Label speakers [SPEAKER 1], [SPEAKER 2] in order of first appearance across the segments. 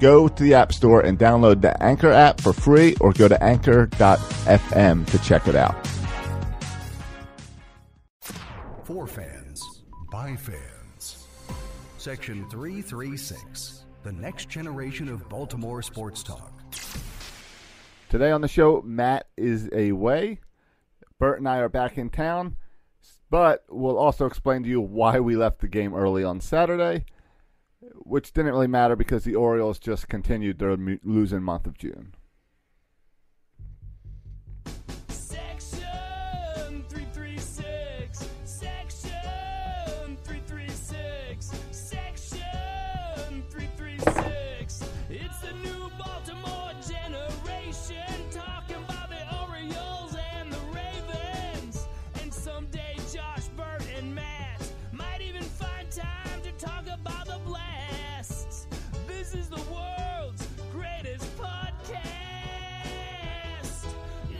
[SPEAKER 1] go to the App Store and download the Anchor app for free or go to anchor.fm to check it out.
[SPEAKER 2] For fans, by fans. Section 336, the next generation of Baltimore sports talk.
[SPEAKER 1] Today on the show, Matt is away. Bert and I are back in town, but we'll also explain to you why we left the game early on Saturday which didn't really matter because the Orioles just continued their mu- losing month of June.
[SPEAKER 3] Section 336. Section 336. Section 336. It's the new Baltimore generation talking about the Orioles and the Ravens. And someday Josh, Burt, and Matt might even find time to talk about the blast. This is the world's greatest podcast.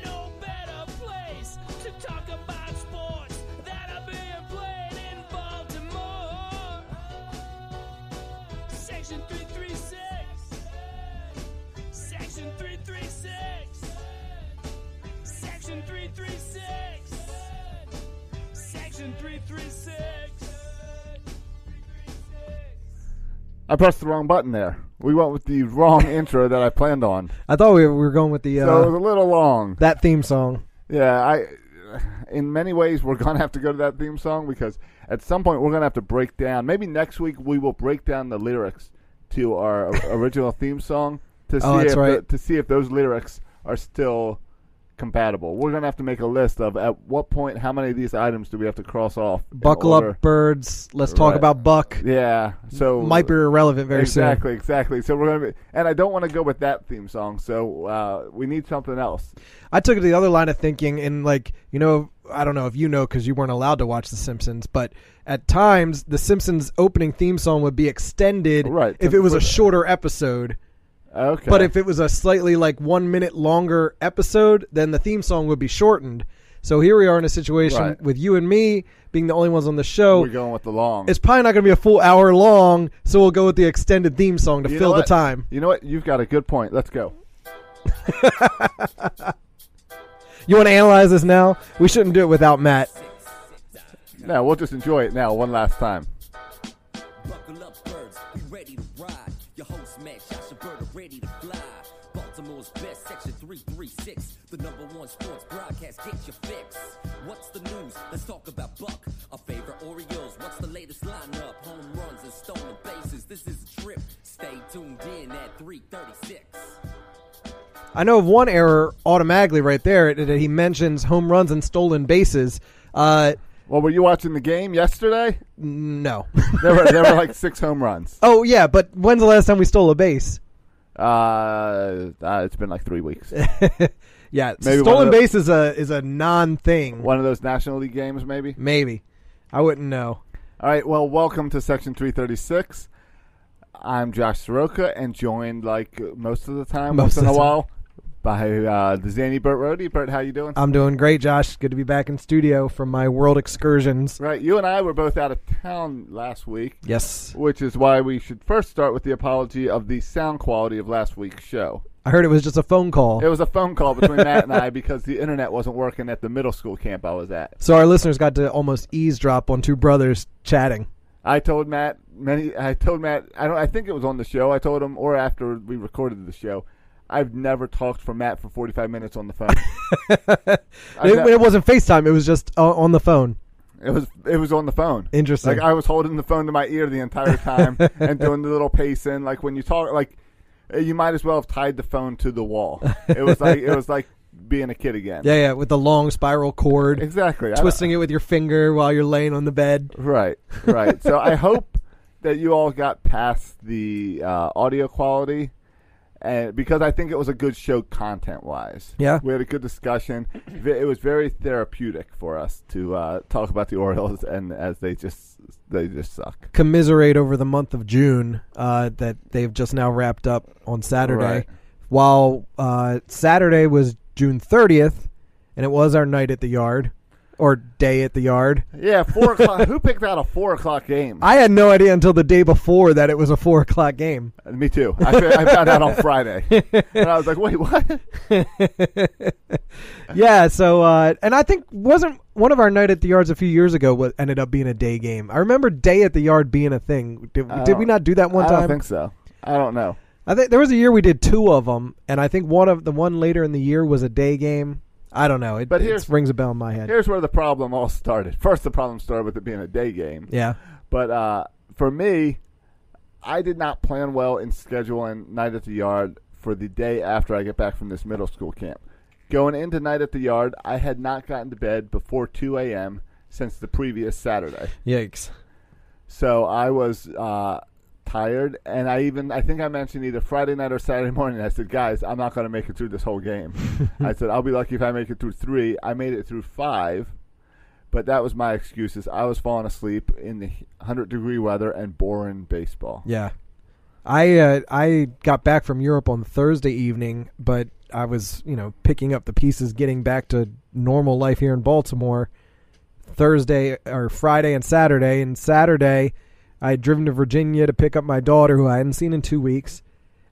[SPEAKER 3] No better place to talk about sports that are being played in Baltimore. Section 336. Section 336. Section 336. Section 336.
[SPEAKER 1] I pressed the wrong button there. We went with the wrong intro that I planned on.
[SPEAKER 4] I thought we were going with the uh,
[SPEAKER 1] So it was a little long.
[SPEAKER 4] that theme song.
[SPEAKER 1] Yeah, I in many ways we're going to have to go to that theme song because at some point we're going to have to break down. Maybe next week we will break down the lyrics to our original theme song to see
[SPEAKER 4] Oh, that's
[SPEAKER 1] if the,
[SPEAKER 4] right.
[SPEAKER 1] to see if those lyrics are still compatible. We're going to have to make a list of at what point how many of these items do we have to cross off. in
[SPEAKER 4] Buckle
[SPEAKER 1] order.
[SPEAKER 4] up, birds. Let's talk
[SPEAKER 1] Right.
[SPEAKER 4] about Buck.
[SPEAKER 1] Yeah. So
[SPEAKER 4] Might be irrelevant very
[SPEAKER 1] exactly, exactly. So we're gonna, be, and I don't want to go with that theme song. So uh, we need something else.
[SPEAKER 4] soon. I took it to the other line of thinking, and like you know, I don't know if you know because you weren't allowed to watch The Simpsons, but at times The Simpsons opening theme song would be extended
[SPEAKER 1] Right,
[SPEAKER 4] if
[SPEAKER 1] to-
[SPEAKER 4] it was
[SPEAKER 1] for
[SPEAKER 4] a
[SPEAKER 1] the-
[SPEAKER 4] shorter episode.
[SPEAKER 1] Okay.
[SPEAKER 4] But if it was a slightly like one minute longer episode, then the theme song would be shortened. So here we are in a situation
[SPEAKER 1] Right.
[SPEAKER 4] with you and me being the only ones on the show.
[SPEAKER 1] we're going with the long,
[SPEAKER 4] it's probably not going to be a full hour long, so we'll go with the extended theme song to
[SPEAKER 1] You know
[SPEAKER 4] fill the
[SPEAKER 1] what?
[SPEAKER 4] time.
[SPEAKER 1] You know what? You've got a good point. Let's go.
[SPEAKER 4] You want to analyze this now? We shouldn't do it without Matt.
[SPEAKER 1] Now we'll just enjoy it now one last time.
[SPEAKER 5] Buckle up, birds, be ready to ride. Your host, Matt Shashabird, are ready to fly. Baltimore's best, section 336. The number one sports broadcast, get your fix. What's the news? Let's talk about Buck. Our favorite Orioles, what's the latest lineup? Home runs and stolen bases, this is a trip. Stay tuned in at 336.
[SPEAKER 4] I know of one error automatically right there that he mentions home runs and stolen bases. Uh,
[SPEAKER 1] Well, were you watching the game yesterday?
[SPEAKER 4] no.
[SPEAKER 1] There were there were like six home runs.
[SPEAKER 4] oh yeah, but when's the last time we stole a base?
[SPEAKER 1] Uh, uh, it's been like three weeks.
[SPEAKER 4] Yeah,
[SPEAKER 1] Maybe one
[SPEAKER 4] stolen
[SPEAKER 1] of the-
[SPEAKER 4] base is a is a non thing.
[SPEAKER 1] One of those National League games, maybe.
[SPEAKER 4] Maybe I wouldn't know.
[SPEAKER 1] All right. Well, welcome to Section 336. I'm Josh Soroka and joined like most of the time, once
[SPEAKER 4] Most
[SPEAKER 1] in
[SPEAKER 4] of
[SPEAKER 1] a
[SPEAKER 4] the time.
[SPEAKER 1] while, by uh, the Zanny Burt Rohde. Burt, how you doing?
[SPEAKER 4] I'm doing great, Josh. Good to be back in studio from my world excursions.
[SPEAKER 1] right, you and I were both out of town last week,
[SPEAKER 4] Yes.
[SPEAKER 1] which is why we should first start with the apology of the sound quality of last week's show.
[SPEAKER 4] I heard it was just a phone call.
[SPEAKER 1] It was a phone call between Matt and I because the internet wasn't working at the middle school camp I was at.
[SPEAKER 4] so our listeners got to almost eavesdrop on two brothers chatting.
[SPEAKER 1] I told Matt many. I told Matt. I don't. I think it was on the show. I told him, or after we recorded the show, I've never talked for Matt for forty-five minutes on the phone. I've
[SPEAKER 4] It,
[SPEAKER 1] ne-
[SPEAKER 4] it wasn't FaceTime, it was just uh, on the phone.
[SPEAKER 1] It was it was on the phone.
[SPEAKER 4] Interesting.
[SPEAKER 1] Like I was holding the phone to my ear the entire time and doing the little pacing. Like when you talk, like uh, you might as well have tied the phone to the wall. It was like it was like being a kid again.
[SPEAKER 4] Yeah, yeah, with the long spiral cord.
[SPEAKER 1] exactly. I-
[SPEAKER 4] Twisting it with your finger while you're laying on the bed.
[SPEAKER 1] Right, right. so I hope that you all got past the uh, audio quality, and because I think it was a good show content wise.
[SPEAKER 4] Yeah.
[SPEAKER 1] we had a good discussion. V- It was very therapeutic for us to uh, talk about the Orioles and as they just they just suck.
[SPEAKER 4] Commiserate over the month of June uh, that they've just now wrapped up on Saturday.
[SPEAKER 1] Right.
[SPEAKER 4] While uh, Saturday was June 30th, and it was our night at the yard or day at the yard.
[SPEAKER 1] Yeah, four o'clock. Who picked out a four o'clock game?
[SPEAKER 4] I had no idea until the day before that it was a four o'clock game.
[SPEAKER 1] Uh, Me too. I, fi- I found out on Friday, and I was like, "Wait, what?"
[SPEAKER 4] Yeah, so uh, and I think wasn't one of our night at the yards a few years ago what ended up being a day game. I remember day at the yard being a thing. Did,
[SPEAKER 1] I
[SPEAKER 4] did we
[SPEAKER 1] don't-
[SPEAKER 4] not do that one
[SPEAKER 1] Uh, I
[SPEAKER 4] time?
[SPEAKER 1] don't think so. I don't know.
[SPEAKER 4] I think there was a year we did two of them, and I think one of the one later in the year was a day game. I don't know. It,
[SPEAKER 1] But
[SPEAKER 4] but
[SPEAKER 1] here's-
[SPEAKER 4] it rings a bell in my head.
[SPEAKER 1] Here's where the problem all started. First, the problem started with it being a day game.
[SPEAKER 4] Yeah,
[SPEAKER 1] But uh, for me, I did not plan well in scheduling Night at the Yard for the day after I get back from this middle school camp. Going into Night at the Yard, I had not gotten to bed before 2 a.m. since the previous Saturday.
[SPEAKER 4] yikes.
[SPEAKER 1] So I was uh, tired, and I even I think I mentioned either Friday night or Saturday morning. I said, "Guys, I'm not going to make it through this whole game." I said, "I'll be lucky if I make it through three. I made it through five, but that was my excuses. I was falling asleep in the hundred degree weather and boring baseball.
[SPEAKER 4] Yeah, I uh, I got back from Europe on Thursday evening, but I was you know picking up the pieces, getting back to normal life here in Baltimore. Thursday or Friday and Saturday, and Saturday I had driven to Virginia to pick up my daughter, who I hadn't seen in two weeks,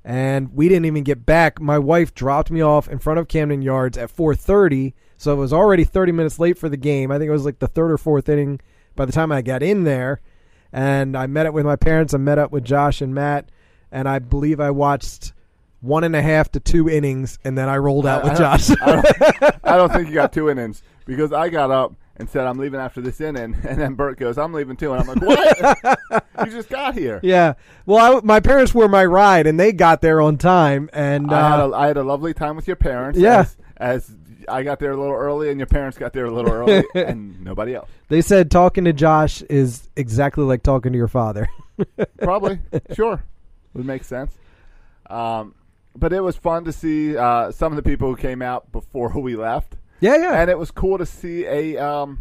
[SPEAKER 4] and we didn't even get back. My wife dropped me off in front of Camden Yards at 4:30, so it was already 30 minutes late for the game. I think it was like the third or fourth inning by the time I got in there, and I met up with my parents. I met up with Josh and Matt, and I believe I watched one and a half to two innings, and then I rolled
[SPEAKER 1] I-
[SPEAKER 4] out with
[SPEAKER 1] I don't-
[SPEAKER 4] Josh.
[SPEAKER 1] I don't think you got two innings because I got up and said I'm leaving after this inning, and then Bert goes, "I'm leaving too," and I'm like, "What? you just got here."
[SPEAKER 4] yeah, well, I, my parents were my ride, and they got there on time, and
[SPEAKER 1] I,
[SPEAKER 4] uh,
[SPEAKER 1] had a, I had a lovely time with your parents.
[SPEAKER 4] Yeah.
[SPEAKER 1] As, as I got there a little early and your parents got there a little early and nobody else.
[SPEAKER 4] They said talking to Josh is exactly like talking to your father.
[SPEAKER 1] Probably. sure. Would make sense. Um, but it was fun to see uh, some of the people who came out before we left.
[SPEAKER 4] Yeah, yeah.
[SPEAKER 1] And it was cool to see a. Um,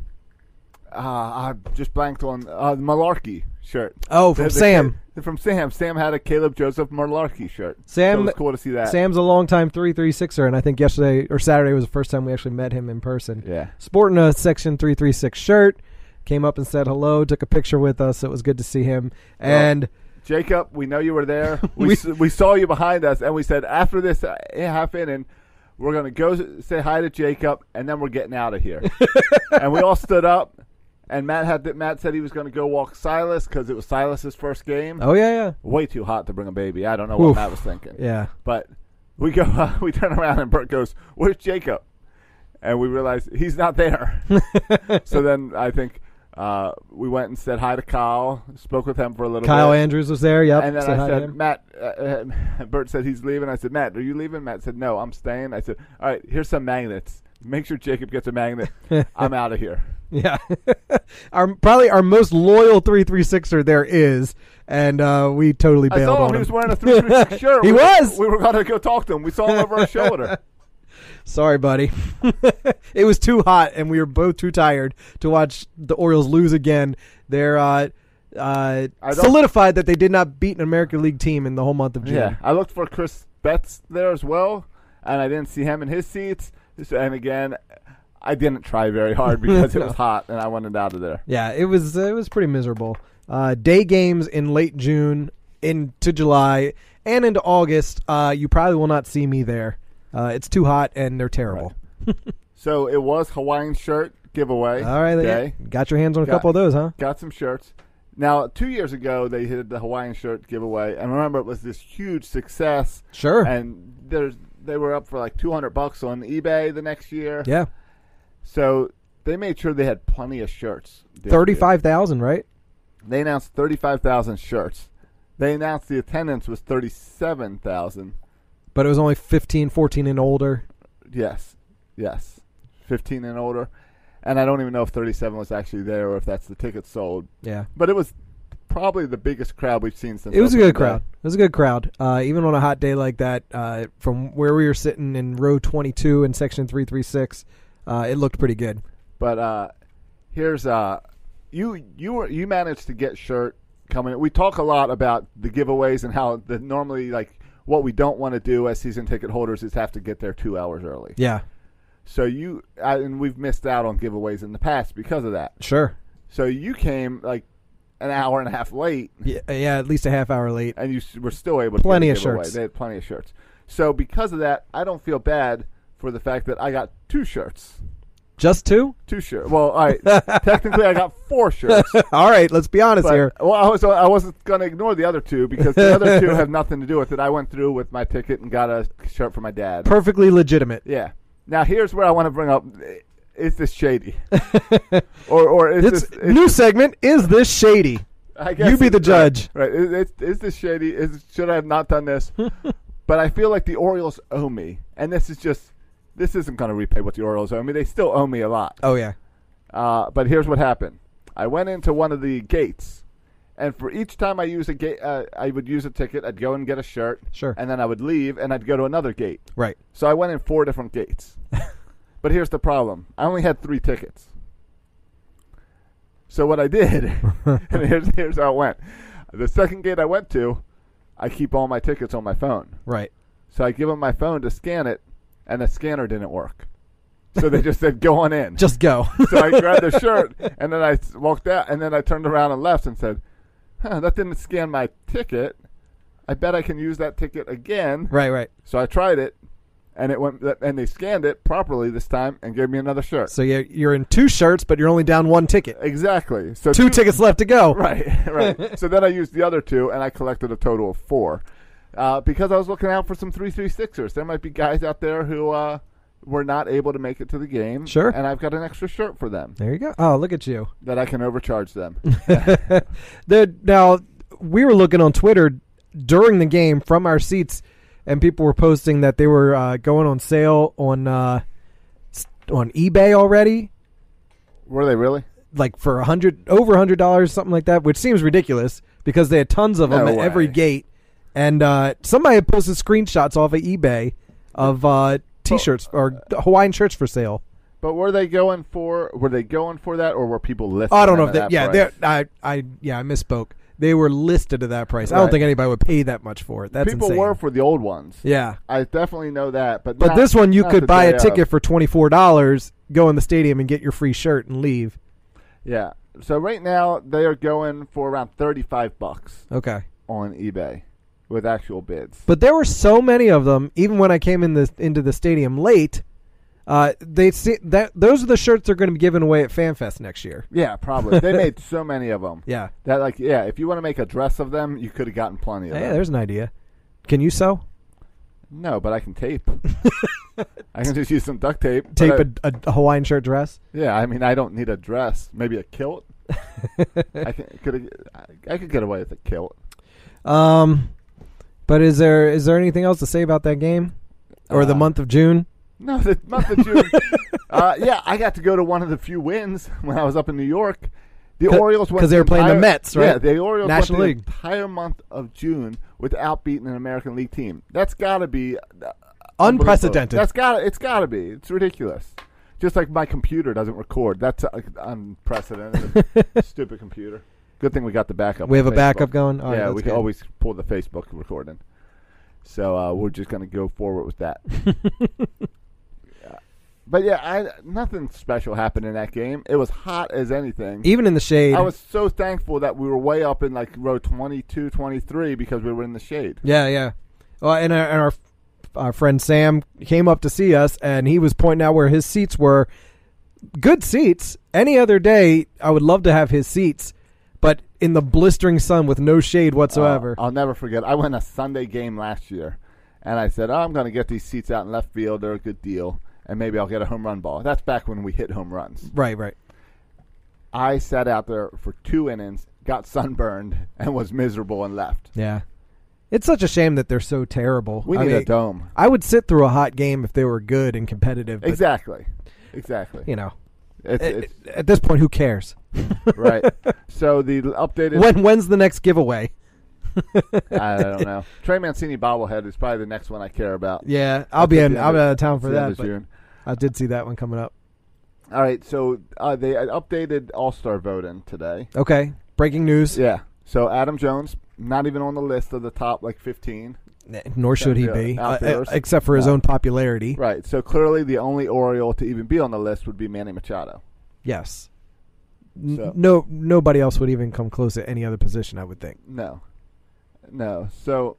[SPEAKER 1] uh, I just blanked on uh, Malarkey shirt.
[SPEAKER 4] Oh, from Sam.
[SPEAKER 1] From Sam. Sam had a Caleb Joseph Malarkey shirt.
[SPEAKER 4] Sam-
[SPEAKER 1] So it was cool to see that.
[SPEAKER 4] Sam's a longtime 336er, and I think yesterday or Saturday was the first time we actually met him in person.
[SPEAKER 1] Yeah.
[SPEAKER 4] Sporting a Section 336 shirt, came up and said hello, took a picture with us. It was good to see him. And
[SPEAKER 1] Jacob, we know you were there. We,
[SPEAKER 4] We-
[SPEAKER 1] s- we saw you behind us, and we said after this uh, half inning, we're going to go s- say hi to Jacob, and then we're getting out of here. and we all stood up, and Matt had th- Matt said he was going to go walk Silas because it was Silas's first game.
[SPEAKER 4] oh yeah,
[SPEAKER 1] Way too hot to bring a baby. I don't know what
[SPEAKER 4] Oof.
[SPEAKER 1] Matt was thinking.
[SPEAKER 4] yeah, yeah.
[SPEAKER 1] But we go, uh, we turn around, and Bert goes, "Where's Jacob?" And we realize he's not there. so then I think. Uh, we went and said hi to Kyle, spoke with him for a little
[SPEAKER 4] Kyle
[SPEAKER 1] bit.
[SPEAKER 4] Andrews was there. Yep.
[SPEAKER 1] And then
[SPEAKER 4] said
[SPEAKER 1] I
[SPEAKER 4] hi to
[SPEAKER 1] said,
[SPEAKER 4] him.
[SPEAKER 1] Matt, uh, uh, Bert said he's leaving. I said, Matt, are you leaving? Matt said, no, I'm staying. I said, all right, here's some magnets. Make sure Jacob gets a magnet. I'm out of here.
[SPEAKER 4] Yeah. our probably our most loyal 336er er there is, and uh, we totally
[SPEAKER 1] I
[SPEAKER 4] bailed
[SPEAKER 1] saw
[SPEAKER 4] on
[SPEAKER 1] him. He
[SPEAKER 4] him.
[SPEAKER 1] was wearing a 336 shirt.
[SPEAKER 4] He
[SPEAKER 1] We-
[SPEAKER 4] was.
[SPEAKER 1] We were going to go talk to him. We saw him over our shoulder.
[SPEAKER 4] Sorry, buddy. it was too hot, and we were both too tired to watch the Orioles lose again. They're uh, uh,
[SPEAKER 1] I don't-
[SPEAKER 4] solidified that they did not beat an American League team in the whole month of June.
[SPEAKER 1] Yeah, I looked for Chris Betts there as well, and I didn't see him in his seats. So- And again, I didn't try very hard because it was hot, and I wanted out of there.
[SPEAKER 4] Yeah, it was it was pretty miserable. Uh, day games in late June into July and into August. Uh, you probably will not see me there. Uh, it's too hot and they're terrible.
[SPEAKER 1] So it was Hawaiian shirt giveaway.
[SPEAKER 4] All right,
[SPEAKER 1] day.
[SPEAKER 4] yeah. got your hands on a
[SPEAKER 1] Got-
[SPEAKER 4] couple of those, huh?
[SPEAKER 1] Got some shirts. Now, two years ago, they did the Hawaiian shirt giveaway, and remember, it was this huge success.
[SPEAKER 4] Sure.
[SPEAKER 1] And there's they were up for like 200 bucks on eBay the next year.
[SPEAKER 4] Yeah,
[SPEAKER 1] So they made sure they had plenty of shirts. this year.
[SPEAKER 4] thirty-five thousand, right?
[SPEAKER 1] They announced 35,000 shirts. They announced the attendance was 37,000.
[SPEAKER 4] But it was only 15, 14 and older.
[SPEAKER 1] Yes. Yes. 15 and older. And I don't even know if 37 was actually there or if that's the tickets sold.
[SPEAKER 4] Yeah,
[SPEAKER 1] But it was probably the biggest crowd we've seen since
[SPEAKER 4] it was a
[SPEAKER 1] opening
[SPEAKER 4] good
[SPEAKER 1] day.
[SPEAKER 4] crowd. It was a good crowd. Uh, even on a hot day like that, uh, from where we were sitting in row twenty-two in section three three six, uh, it looked pretty good.
[SPEAKER 1] But uh, here's uh, you you were you managed to get shirt coming. We talk a lot about the giveaways and how the normally like what we don't want to do as season ticket holders is have to get there two hours early.
[SPEAKER 4] Yeah,
[SPEAKER 1] So you I, and we've missed out on giveaways in the past because of that.
[SPEAKER 4] sure.
[SPEAKER 1] So you came like an hour and a half late,
[SPEAKER 4] Yeah, yeah, at least a half hour late.
[SPEAKER 1] and you s- were still able to get
[SPEAKER 4] Plenty
[SPEAKER 1] a
[SPEAKER 4] of
[SPEAKER 1] giveaway.
[SPEAKER 4] shirts.
[SPEAKER 1] They had plenty of shirts. So because of that, I don't feel bad for the fact that I got two shirts.
[SPEAKER 4] Just two?
[SPEAKER 1] Two shirts. Well, all right. technically, I got four shirts.
[SPEAKER 4] All right, let's be honest here.
[SPEAKER 1] But- Well, I was I wasn't going to ignore the other two because the other two have nothing to do with it. I went through with my ticket and got a shirt for my dad.
[SPEAKER 4] Perfectly legitimate.
[SPEAKER 1] yeah. Now here's where I want to bring up: is this shady, or or is
[SPEAKER 4] It's
[SPEAKER 1] this? is-
[SPEAKER 4] new segment. Is this shady?
[SPEAKER 1] I guess
[SPEAKER 4] you be the
[SPEAKER 1] it's-
[SPEAKER 4] judge.
[SPEAKER 1] right? right. Is, is, is this shady? Is should I have not done this? but I feel like the Orioles owe me, and this is just this isn't going to repay what the Orioles owe me. They still owe me a lot.
[SPEAKER 4] Oh yeah.
[SPEAKER 1] Uh, but here's what happened: I went into one of the gates, and for each time I use a gate, uh, I would use a ticket. I'd go and get a shirt,
[SPEAKER 4] Sure.
[SPEAKER 1] and then I would leave, and I'd go to another gate.
[SPEAKER 4] Right.
[SPEAKER 1] So I went in four different gates. but here's the problem: I only had three tickets. So what I did, and here's here's how it went: the second gate I went to, I keep all my tickets on my phone.
[SPEAKER 4] Right.
[SPEAKER 1] So I give them my phone to scan it, and the scanner didn't work. So they just said, "Go on in."
[SPEAKER 4] Just go.
[SPEAKER 1] so I grabbed a shirt and then I s- walked out and then I turned around and left and said, huh, that didn't scan my ticket. I bet I can use that ticket again.
[SPEAKER 4] right. Right.
[SPEAKER 1] So I tried it and it went and they scanned it properly this time and gave me another shirt.
[SPEAKER 4] So you're, you're in two shirts, but you're only down one ticket.
[SPEAKER 1] exactly. So
[SPEAKER 4] Two tickets left to go.
[SPEAKER 1] Right, right. so then I used the other two and I collected a total of four. Uh, because I was looking out for some 336ers. There might be guys out there who uh, were not able to make it to the game.
[SPEAKER 4] Sure.
[SPEAKER 1] And I've got an extra shirt for them
[SPEAKER 4] There you go. Oh, look at you.
[SPEAKER 1] that I can overcharge them.
[SPEAKER 4] The now we were looking on Twitter during the game from our seats, and people were posting that they were uh, going on sale on uh, s- on eBay already.
[SPEAKER 1] were they really?
[SPEAKER 4] like for a hundred over a hundred dollars, something like that, which seems ridiculous because they had tons of them
[SPEAKER 1] No
[SPEAKER 4] at every
[SPEAKER 1] way.
[SPEAKER 4] gate. And uh, somebody had posted screenshots off of eBay of uh, t-shirts or Hawaiian shirts for sale.
[SPEAKER 1] But were they going for? Were they going for that, or were people listing?
[SPEAKER 4] Oh, I don't know
[SPEAKER 1] them
[SPEAKER 4] if
[SPEAKER 1] at
[SPEAKER 4] that. Yeah,
[SPEAKER 1] price?
[SPEAKER 4] they're- I, I, yeah, I misspoke. They were listed at that price. I don't
[SPEAKER 1] Right.
[SPEAKER 4] think anybody would pay that much for it. That's
[SPEAKER 1] people
[SPEAKER 4] insane.
[SPEAKER 1] were for the old ones.
[SPEAKER 4] yeah,
[SPEAKER 1] I definitely know that. But
[SPEAKER 4] but
[SPEAKER 1] not-
[SPEAKER 4] this one you
[SPEAKER 1] not
[SPEAKER 4] could
[SPEAKER 1] the
[SPEAKER 4] buy
[SPEAKER 1] day
[SPEAKER 4] a
[SPEAKER 1] of.
[SPEAKER 4] ticket for twenty four dollars, go in the stadium and get your free shirt and leave.
[SPEAKER 1] Yeah. So right now they are going for around thirty-five bucks
[SPEAKER 4] Okay.
[SPEAKER 1] on eBay with actual bids.
[SPEAKER 4] But there were so many of them. Even when I came in the into the stadium late, uh, they see that those are the shirts they're going to be giving away at FanFest next year.
[SPEAKER 1] yeah, probably. they made so many of them.
[SPEAKER 4] Yeah.
[SPEAKER 1] That like yeah, if you want to make a dress of them, you could have gotten plenty of
[SPEAKER 4] Hey,
[SPEAKER 1] them.
[SPEAKER 4] there's an idea. Can you sew?
[SPEAKER 1] no, but I can tape. I can just use some duct tape. but
[SPEAKER 4] Tape
[SPEAKER 1] I-
[SPEAKER 4] a, a, a Hawaiian shirt dress.
[SPEAKER 1] Yeah, I mean, I don't need a dress. Maybe a kilt. I can, could I, I could get away with a kilt.
[SPEAKER 4] Um, but is there is there anything else to say about that game or the
[SPEAKER 1] Uh,
[SPEAKER 4] month of June?
[SPEAKER 1] No, the month of June. uh, yeah, I got to go to one of the few wins when I was up in New York. The
[SPEAKER 4] C-
[SPEAKER 1] Orioles went
[SPEAKER 4] 'cause they were
[SPEAKER 1] the
[SPEAKER 4] playing the
[SPEAKER 1] entire-
[SPEAKER 4] Mets,
[SPEAKER 1] Yeah,
[SPEAKER 4] right?
[SPEAKER 1] the Orioles
[SPEAKER 4] National
[SPEAKER 1] went
[SPEAKER 4] League.
[SPEAKER 1] the entire month of June without beating an American League team. That's got to be uh, unbelievable.
[SPEAKER 4] Unprecedented.
[SPEAKER 1] That's got it's got to be. It's ridiculous. Just like my computer doesn't record. That's uh, unprecedented. Stupid computer. Good thing we got the backup.
[SPEAKER 4] We
[SPEAKER 1] on
[SPEAKER 4] have a
[SPEAKER 1] Facebook.
[SPEAKER 4] backup going? All right,
[SPEAKER 1] yeah,
[SPEAKER 4] that's
[SPEAKER 1] we can
[SPEAKER 4] good.
[SPEAKER 1] always pull the Facebook recording. So uh, we're just gonna go forward with that. Yeah. But yeah, I, nothing special happened in that game. It was hot as anything.
[SPEAKER 4] Even in the shade.
[SPEAKER 1] I was so thankful that we were way up in like row 22, 23 because we were in the shade.
[SPEAKER 4] Yeah, yeah. Well, and our, and our our friend Sam came up to see us, and he was pointing out where his seats were. Good seats. Any other day, I would love to have his seats, but in the blistering sun with no shade whatsoever.
[SPEAKER 1] Uh, I'll never forget. I went a Sunday game last year, and I said, oh, I'm going to get these seats out in left field. They're a good deal, and maybe I'll get a home run ball. That's back when we hit home runs.
[SPEAKER 4] right, right.
[SPEAKER 1] I sat out there for two innings, got sunburned, and was miserable and left.
[SPEAKER 4] Yeah. It's such a shame that they're so terrible.
[SPEAKER 1] We
[SPEAKER 4] I
[SPEAKER 1] need
[SPEAKER 4] mean,
[SPEAKER 1] a dome.
[SPEAKER 4] I would sit through a hot game if they were good and competitive. But,
[SPEAKER 1] Exactly. Exactly.
[SPEAKER 4] You know,
[SPEAKER 1] It's,
[SPEAKER 4] at,
[SPEAKER 1] it's
[SPEAKER 4] at this point, who cares?
[SPEAKER 1] right. So the updated.
[SPEAKER 4] When when's the next giveaway?
[SPEAKER 1] I don't know. Trey Mancini bobblehead is probably the next one I care about.
[SPEAKER 4] Yeah, I'll
[SPEAKER 1] That's
[SPEAKER 4] be
[SPEAKER 1] at
[SPEAKER 4] in.
[SPEAKER 1] the
[SPEAKER 4] I'll
[SPEAKER 1] end
[SPEAKER 4] be out of town for
[SPEAKER 1] it's the end
[SPEAKER 4] that.
[SPEAKER 1] of
[SPEAKER 4] But
[SPEAKER 1] June.
[SPEAKER 4] I did see that one coming up.
[SPEAKER 1] All right, so uh, they updated All Star voting today.
[SPEAKER 4] Okay, breaking news.
[SPEAKER 1] Yeah. So Adam Jones, not even on the list of the top like 15.
[SPEAKER 4] Nor should he be,
[SPEAKER 1] Yeah,
[SPEAKER 4] uh,
[SPEAKER 1] outfielders.
[SPEAKER 4] except for his own popularity.
[SPEAKER 1] Right. So clearly the only Oriole to even be on the list would be Manny Machado.
[SPEAKER 4] Yes. N-
[SPEAKER 1] So-
[SPEAKER 4] No, nobody else would even come close at any other position. I would think.
[SPEAKER 1] No. No. So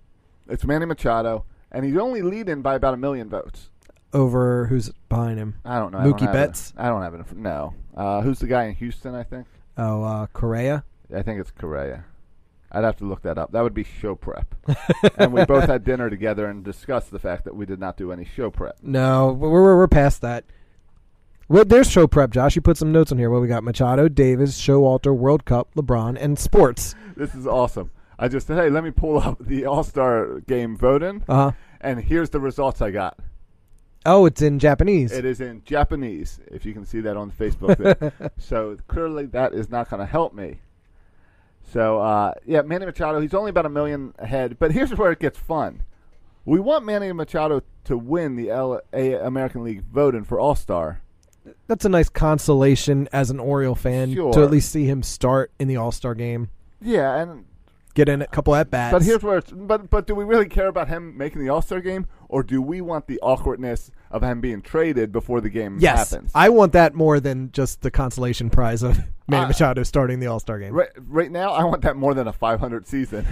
[SPEAKER 1] it's Manny Machado, and he's only leading by about a million votes.
[SPEAKER 4] Over who's behind him?
[SPEAKER 1] I don't know.
[SPEAKER 4] Mookie
[SPEAKER 1] I don't have
[SPEAKER 4] Betts?
[SPEAKER 1] It. I don't have it. in fr- No. Uh, who's the guy in Houston, I think?
[SPEAKER 4] Oh, uh, Correa.
[SPEAKER 1] I think it's Correa. I'd have to look that up. That would be show prep. and we both had dinner together and discussed the fact that we did not do any show prep.
[SPEAKER 4] No, we're we're, we're past that. Well, there's show prep, Josh. You put some notes on here. Well, we got Machado, Davis, Showalter, World Cup, LeBron, and sports.
[SPEAKER 1] This is awesome. I just said, hey, let me pull up the All Star game voting.
[SPEAKER 4] Uh-huh.
[SPEAKER 1] And here's the results I got.
[SPEAKER 4] Oh, it's in Japanese.
[SPEAKER 1] It is in Japanese, if you can see that on Facebook. There. so clearly that is not going to help me. So, uh, yeah, Manny Machado, he's only about a million ahead. But here's where it gets fun. We want Manny Machado to win the L- A- American League voting for All Star.
[SPEAKER 4] That's a nice consolation as an Oriole fan to
[SPEAKER 1] Sure.
[SPEAKER 4] at least see him start in the All Star game,
[SPEAKER 1] Yeah, and
[SPEAKER 4] get in a couple at bats.
[SPEAKER 1] But here's where it's but but do we really care about him making the All Star game, or do we want the awkwardness of him being traded before the game
[SPEAKER 4] Yes,
[SPEAKER 1] happens?
[SPEAKER 4] I want that more than just the consolation prize of Manny
[SPEAKER 1] Uh,
[SPEAKER 4] Machado starting the All Star game.
[SPEAKER 1] right, right now, I want that more than a 500 season.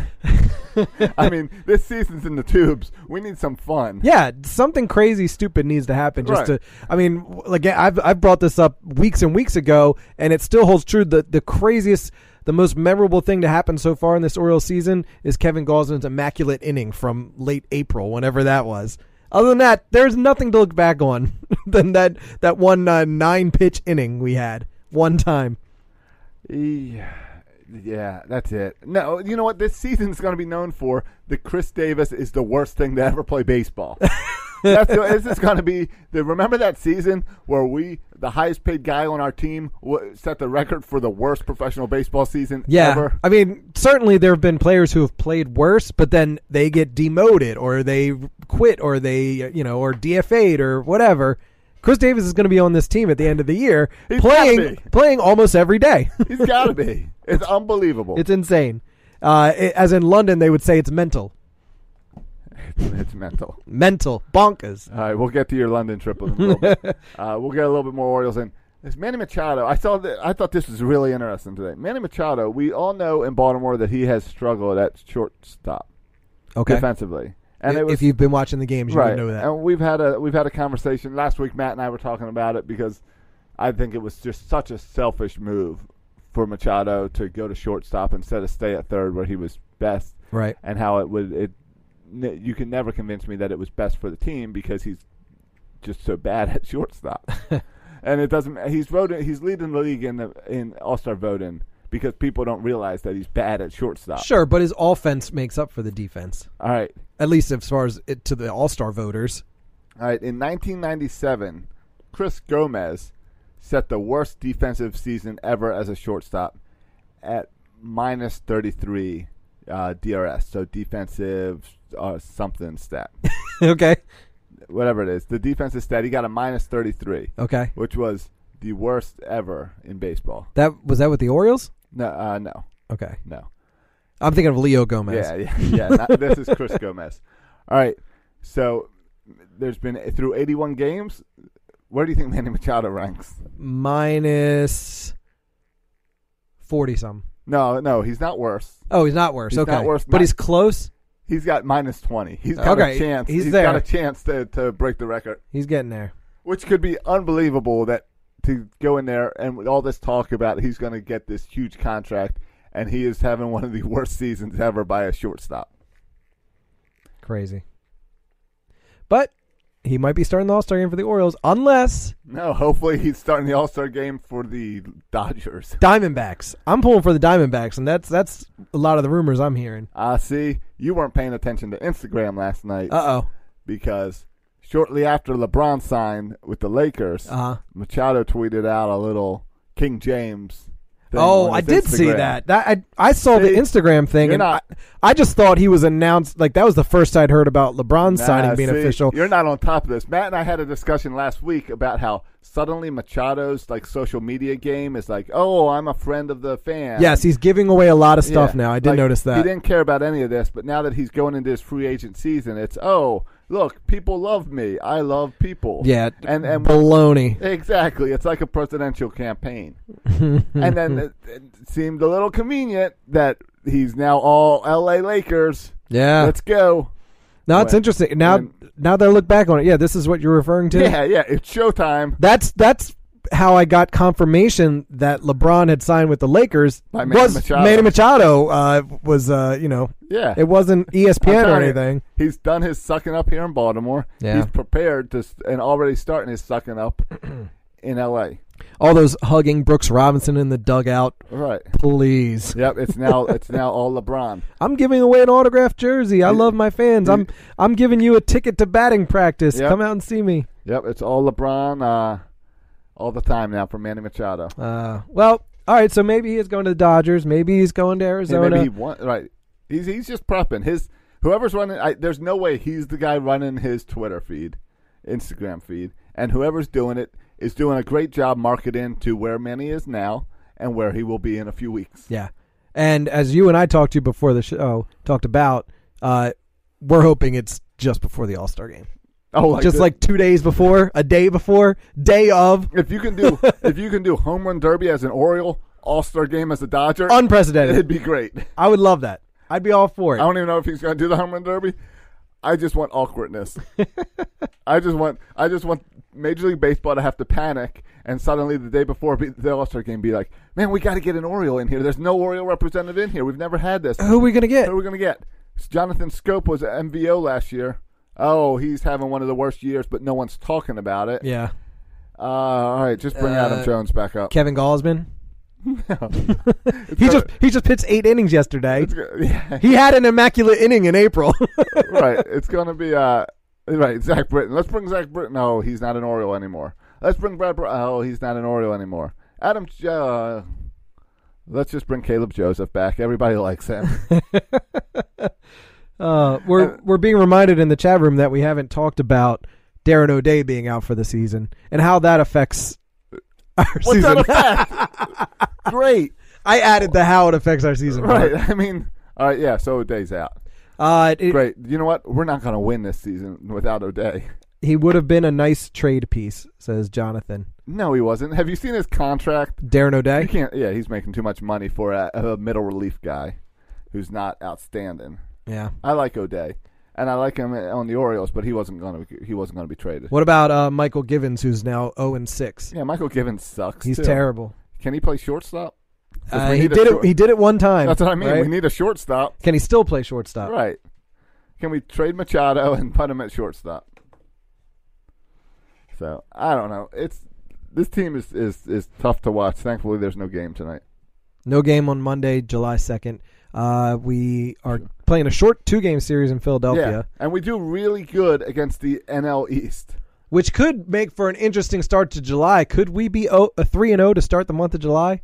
[SPEAKER 1] I mean, this season's in the tubes. We need some fun.
[SPEAKER 4] Yeah, something crazy, stupid needs to happen just
[SPEAKER 1] Right.
[SPEAKER 4] to. I mean, w- like yeah, I've I've brought this up weeks and weeks ago, and it still holds true. The the craziest, the most memorable thing to happen so far in this Orioles season is Kevin Gausman's immaculate inning from late April, whenever that was. Other than that, there's nothing to look back on than that that one uh, nine pitch inning we had one time.
[SPEAKER 1] Yeah, yeah, that's it. No, you know what? This season's going to be known for the Chris Davis is the worst thing to ever play baseball. that's the, this is going to be the remember that season where we the highest paid guy on our team w- set the record for the worst professional baseball season
[SPEAKER 4] Yeah.
[SPEAKER 1] ever.
[SPEAKER 4] I mean, certainly there have been players who have played worse, but then they get demoted or they quit or they, you know, or DFA'd or whatever. Chris Davis is going to be on this team at the end of the year,
[SPEAKER 1] He's
[SPEAKER 4] playing
[SPEAKER 1] gotta be.
[SPEAKER 4] playing almost every day.
[SPEAKER 1] He's got to be. It's unbelievable.
[SPEAKER 4] it's insane. Uh, i as in London, they would say it's mental,
[SPEAKER 1] it's mental.
[SPEAKER 4] mental, bonkers.
[SPEAKER 1] All right, we'll get to your London triples in a little bit. Uh, we'll get a little bit more Orioles in. This Manny Machado, I saw that. I thought this was really interesting today. Manny Machado, we all know in Baltimore that he has struggled at shortstop
[SPEAKER 4] Okay.
[SPEAKER 1] defensively, and it
[SPEAKER 4] If
[SPEAKER 1] was
[SPEAKER 4] if you've been watching the games, you
[SPEAKER 1] right.
[SPEAKER 4] would know that.
[SPEAKER 1] And we've had a we've had a conversation last week. Matt and I were talking about it because I think it was just such a selfish move for Machado to go to shortstop instead of stay at third where he was best
[SPEAKER 4] Right.
[SPEAKER 1] and how it would it n- you can never convince me that it was best for the team because he's just so bad at shortstop. and it doesn't he's voting he's leading the league in the in All-Star voting because people don't realize that he's bad at shortstop.
[SPEAKER 4] Sure, but his offense makes up for the defense,
[SPEAKER 1] All right.
[SPEAKER 4] at least as far as it, to the All Star voters.
[SPEAKER 1] All right, in 1997, Chris Gomez set the worst defensive season ever as a shortstop at minus 33 uh, DRS, so defensive uh, something stat,
[SPEAKER 4] okay.
[SPEAKER 1] whatever it is. The defensive stat, he got a minus 33,
[SPEAKER 4] Okay.
[SPEAKER 1] which was the worst ever in baseball.
[SPEAKER 4] That was that with the Orioles.
[SPEAKER 1] No, uh, no.
[SPEAKER 4] Okay.
[SPEAKER 1] No.
[SPEAKER 4] I'm thinking of Leo Gomez.
[SPEAKER 1] Yeah, yeah, yeah. not- this is Chris Gomez. All right. So there's been through 81 games. Where do you think Manny Machado ranks?
[SPEAKER 4] Minus 40 some.
[SPEAKER 1] No, no, he's not worse.
[SPEAKER 4] Oh, he's not worse.
[SPEAKER 1] He's
[SPEAKER 4] okay.
[SPEAKER 1] not worse,
[SPEAKER 4] but
[SPEAKER 1] not-
[SPEAKER 4] he's close.
[SPEAKER 1] He's got minus 20. He's got a
[SPEAKER 4] Okay,
[SPEAKER 1] chance.
[SPEAKER 4] he's
[SPEAKER 1] he's got
[SPEAKER 4] there.
[SPEAKER 1] a chance to, to break the record,
[SPEAKER 4] He's getting there.
[SPEAKER 1] which could be unbelievable that to go in there and with all this talk about he's going to get this huge contract and he is having one of the worst seasons ever by a shortstop.
[SPEAKER 4] Crazy. But he might be starting the All Star game for the Orioles unless
[SPEAKER 1] No, hopefully he's starting the All Star game for the Dodgers.
[SPEAKER 4] Diamondbacks. I'm pulling for the Diamondbacks, and that's that's a lot of the rumors I'm hearing.
[SPEAKER 1] I see you weren't paying attention to Instagram last night
[SPEAKER 4] Uh oh.
[SPEAKER 1] because shortly after LeBron signed with the Lakers,
[SPEAKER 4] Uh-huh.
[SPEAKER 1] Machado tweeted out a little King James. thing
[SPEAKER 4] Oh,
[SPEAKER 1] on
[SPEAKER 4] I
[SPEAKER 1] his
[SPEAKER 4] did see
[SPEAKER 1] Instagram.
[SPEAKER 4] that. That I I saw the
[SPEAKER 1] See?
[SPEAKER 4] Instagram thing,
[SPEAKER 1] You're
[SPEAKER 4] and
[SPEAKER 1] not-
[SPEAKER 4] I, I just thought he was announced. Like that was the first I'd heard about LeBron
[SPEAKER 1] Nah,
[SPEAKER 4] signing being
[SPEAKER 1] see,
[SPEAKER 4] official.
[SPEAKER 1] You're not on top of this. Matt and I had a discussion last week about how suddenly Machado's like social media game is like, oh, I'm a friend of the fan.
[SPEAKER 4] Yes, he's giving away a lot of stuff
[SPEAKER 1] Yeah.
[SPEAKER 4] now. I did
[SPEAKER 1] Like,
[SPEAKER 4] notice that.
[SPEAKER 1] He didn't care about any of this, but now that he's going into his free agent season, it's oh, look, people love me. I love people.
[SPEAKER 4] yeah,
[SPEAKER 1] And and
[SPEAKER 4] baloney.
[SPEAKER 1] exactly. It's like a presidential campaign. and then it, it seemed a little convenient that he's now all LA Lakers.
[SPEAKER 4] Yeah,
[SPEAKER 1] Let's go.
[SPEAKER 4] no, it's
[SPEAKER 1] when-
[SPEAKER 4] interesting. Now,
[SPEAKER 1] when-
[SPEAKER 4] now that I look back on it, yeah, this is what you're referring to.
[SPEAKER 1] Yeah, yeah, it's showtime.
[SPEAKER 4] That's that's how I got confirmation that LeBron had signed with the Lakers
[SPEAKER 1] By Manny
[SPEAKER 4] was
[SPEAKER 1] Machado.
[SPEAKER 4] Manny Machado uh, was uh, you know
[SPEAKER 1] Yeah.
[SPEAKER 4] it wasn't E
[SPEAKER 1] I'm
[SPEAKER 4] ESPN or
[SPEAKER 1] telling you,
[SPEAKER 4] anything.
[SPEAKER 1] He's done his sucking up here in Baltimore.
[SPEAKER 4] Yeah.
[SPEAKER 1] He's prepared to s- and already starting his sucking up in LA.
[SPEAKER 4] All those hugging Brooks Robinson in the dugout,
[SPEAKER 1] Right.
[SPEAKER 4] please.
[SPEAKER 1] Yep, it's now it's now all LeBron.
[SPEAKER 4] I'm giving away an autographed jersey. I love my fans. I'm I'm giving you a ticket to batting practice.
[SPEAKER 1] Yep.
[SPEAKER 4] Come out and see me.
[SPEAKER 1] Yep, it's all LeBron uh, all the time now for Manny Machado.
[SPEAKER 4] Uh, well, all right. So maybe he is going to the Dodgers. Maybe he's going to
[SPEAKER 1] Hey,
[SPEAKER 4] Arizona.
[SPEAKER 1] maybe he won, right. He's he's just prepping his whoever's running. I, there's no way he's the guy running his Twitter feed, Instagram feed, and whoever's doing it is doing a great job marketing to where Manny is now and where he will be in a few weeks.
[SPEAKER 4] yeah. And as you and I talked to before the show, talked about, uh, we're hoping it's just before the All Star game.
[SPEAKER 1] Oh,
[SPEAKER 4] just
[SPEAKER 1] the-
[SPEAKER 4] like two days before, a day before, day of,
[SPEAKER 1] if you can do if you can do home run derby as an Oriole, All Star game as a Dodger, it'd
[SPEAKER 4] unprecedented.
[SPEAKER 1] be great.
[SPEAKER 4] I would love that. I'd be all for it.
[SPEAKER 1] I don't even know if he's going to do the home run derby. I just want awkwardness. I just want I just want Major League Baseball to have to panic and suddenly the day before be, the All Star game be like, man, we got to get an Oriole in here. There's no Oriole representative in here. We've never had this.
[SPEAKER 4] Who are we gonna
[SPEAKER 1] Who
[SPEAKER 4] get?
[SPEAKER 1] are we going to get? Jonathan Scope was at MVO last year. Oh, he's having one of the worst years, but no one's talking about it.
[SPEAKER 4] Yeah, Uh,
[SPEAKER 1] Uh, all right, just bring Adam Jones back up.
[SPEAKER 4] Kevin Gosman. he just he just pitched eight innings yesterday.
[SPEAKER 1] It's go- yeah,
[SPEAKER 4] He had an immaculate inning in April.
[SPEAKER 1] right. It's going to be uh, right. Zach Britton. Let's bring Zach Britton. No, he's not an Oriole anymore. Let's bring Brad. Br- oh, he's not an Oriole anymore. Adam. J- Uh, let's just bring Caleb Joseph back. Everybody likes him.
[SPEAKER 4] Uh, we're we're being reminded in the chat room that we haven't talked about Darren O'Day being out for the season and how that affects our
[SPEAKER 1] What's
[SPEAKER 4] season.
[SPEAKER 1] that effect? Great.
[SPEAKER 4] I added the how it affects our season. part.
[SPEAKER 1] Right. I mean, all right. Yeah. So O'Day's out.
[SPEAKER 4] Uh, it-
[SPEAKER 1] Great. You know what? We're not going to win this season without O'Day.
[SPEAKER 4] he would have been a nice trade piece, says Jonathan.
[SPEAKER 1] No, he wasn't. Have you seen his contract?
[SPEAKER 4] Darren
[SPEAKER 1] You
[SPEAKER 4] O'Day.
[SPEAKER 1] can't. Yeah, he's making too much money for a, a middle relief guy who's not outstanding.
[SPEAKER 4] Yeah.
[SPEAKER 1] I like O'Day, and I like him on the Orioles, but he wasn't going to he wasn't going to be traded.
[SPEAKER 4] What about uh, Michael Givens, who's now zero and six?
[SPEAKER 1] Yeah, Michael Givens sucks.
[SPEAKER 4] He's
[SPEAKER 1] too.
[SPEAKER 4] terrible.
[SPEAKER 1] Can he play shortstop? 'Cause
[SPEAKER 4] Uh,
[SPEAKER 1] we
[SPEAKER 4] he
[SPEAKER 1] need a
[SPEAKER 4] did
[SPEAKER 1] short-
[SPEAKER 4] it. He did it one time.
[SPEAKER 1] That's what I mean.
[SPEAKER 4] right? Uh.
[SPEAKER 1] We need a shortstop,
[SPEAKER 4] Can he still play shortstop?
[SPEAKER 1] right? Can we trade Machado and put him at shortstop? So I don't know. It's this team is is is tough to watch. Thankfully, there's no game tonight.
[SPEAKER 4] No game on Monday, July second. Uh, we are playing a short two-game series in Philadelphia.
[SPEAKER 1] Yeah, and we do really good against the NL East.
[SPEAKER 4] which could make for an interesting start to July. Could we be o- a three and zero to start the month of July?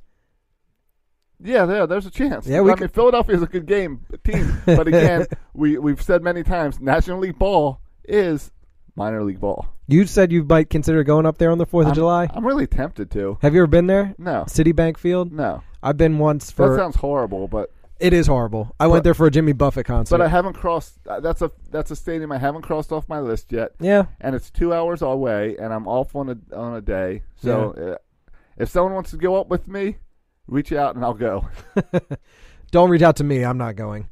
[SPEAKER 1] Yeah, there, there's a chance.
[SPEAKER 4] Yeah, we
[SPEAKER 1] I mean,
[SPEAKER 4] could-
[SPEAKER 1] Philadelphia is a good game team, but again, we we've said many times, National League ball is minor league ball.
[SPEAKER 4] You said you might consider going up there on the 4th of
[SPEAKER 1] I'm-
[SPEAKER 4] July.
[SPEAKER 1] I'm really tempted to.
[SPEAKER 4] Have you ever been there?
[SPEAKER 1] No.
[SPEAKER 4] Citibank Field?
[SPEAKER 1] No.
[SPEAKER 4] I've been once
[SPEAKER 1] That
[SPEAKER 4] for.
[SPEAKER 1] sounds horrible, but
[SPEAKER 4] it is horrible. I went there for a Jimmy Buffett concert.
[SPEAKER 1] but I haven't crossed. uh, That's a that's a stadium I haven't crossed off my list yet.
[SPEAKER 4] yeah.
[SPEAKER 1] and it's two hours away, and I'm off on a on a day. So uh, if someone wants to go up with me, reach out and I'll go.
[SPEAKER 4] Don't reach out to me. I'm not going.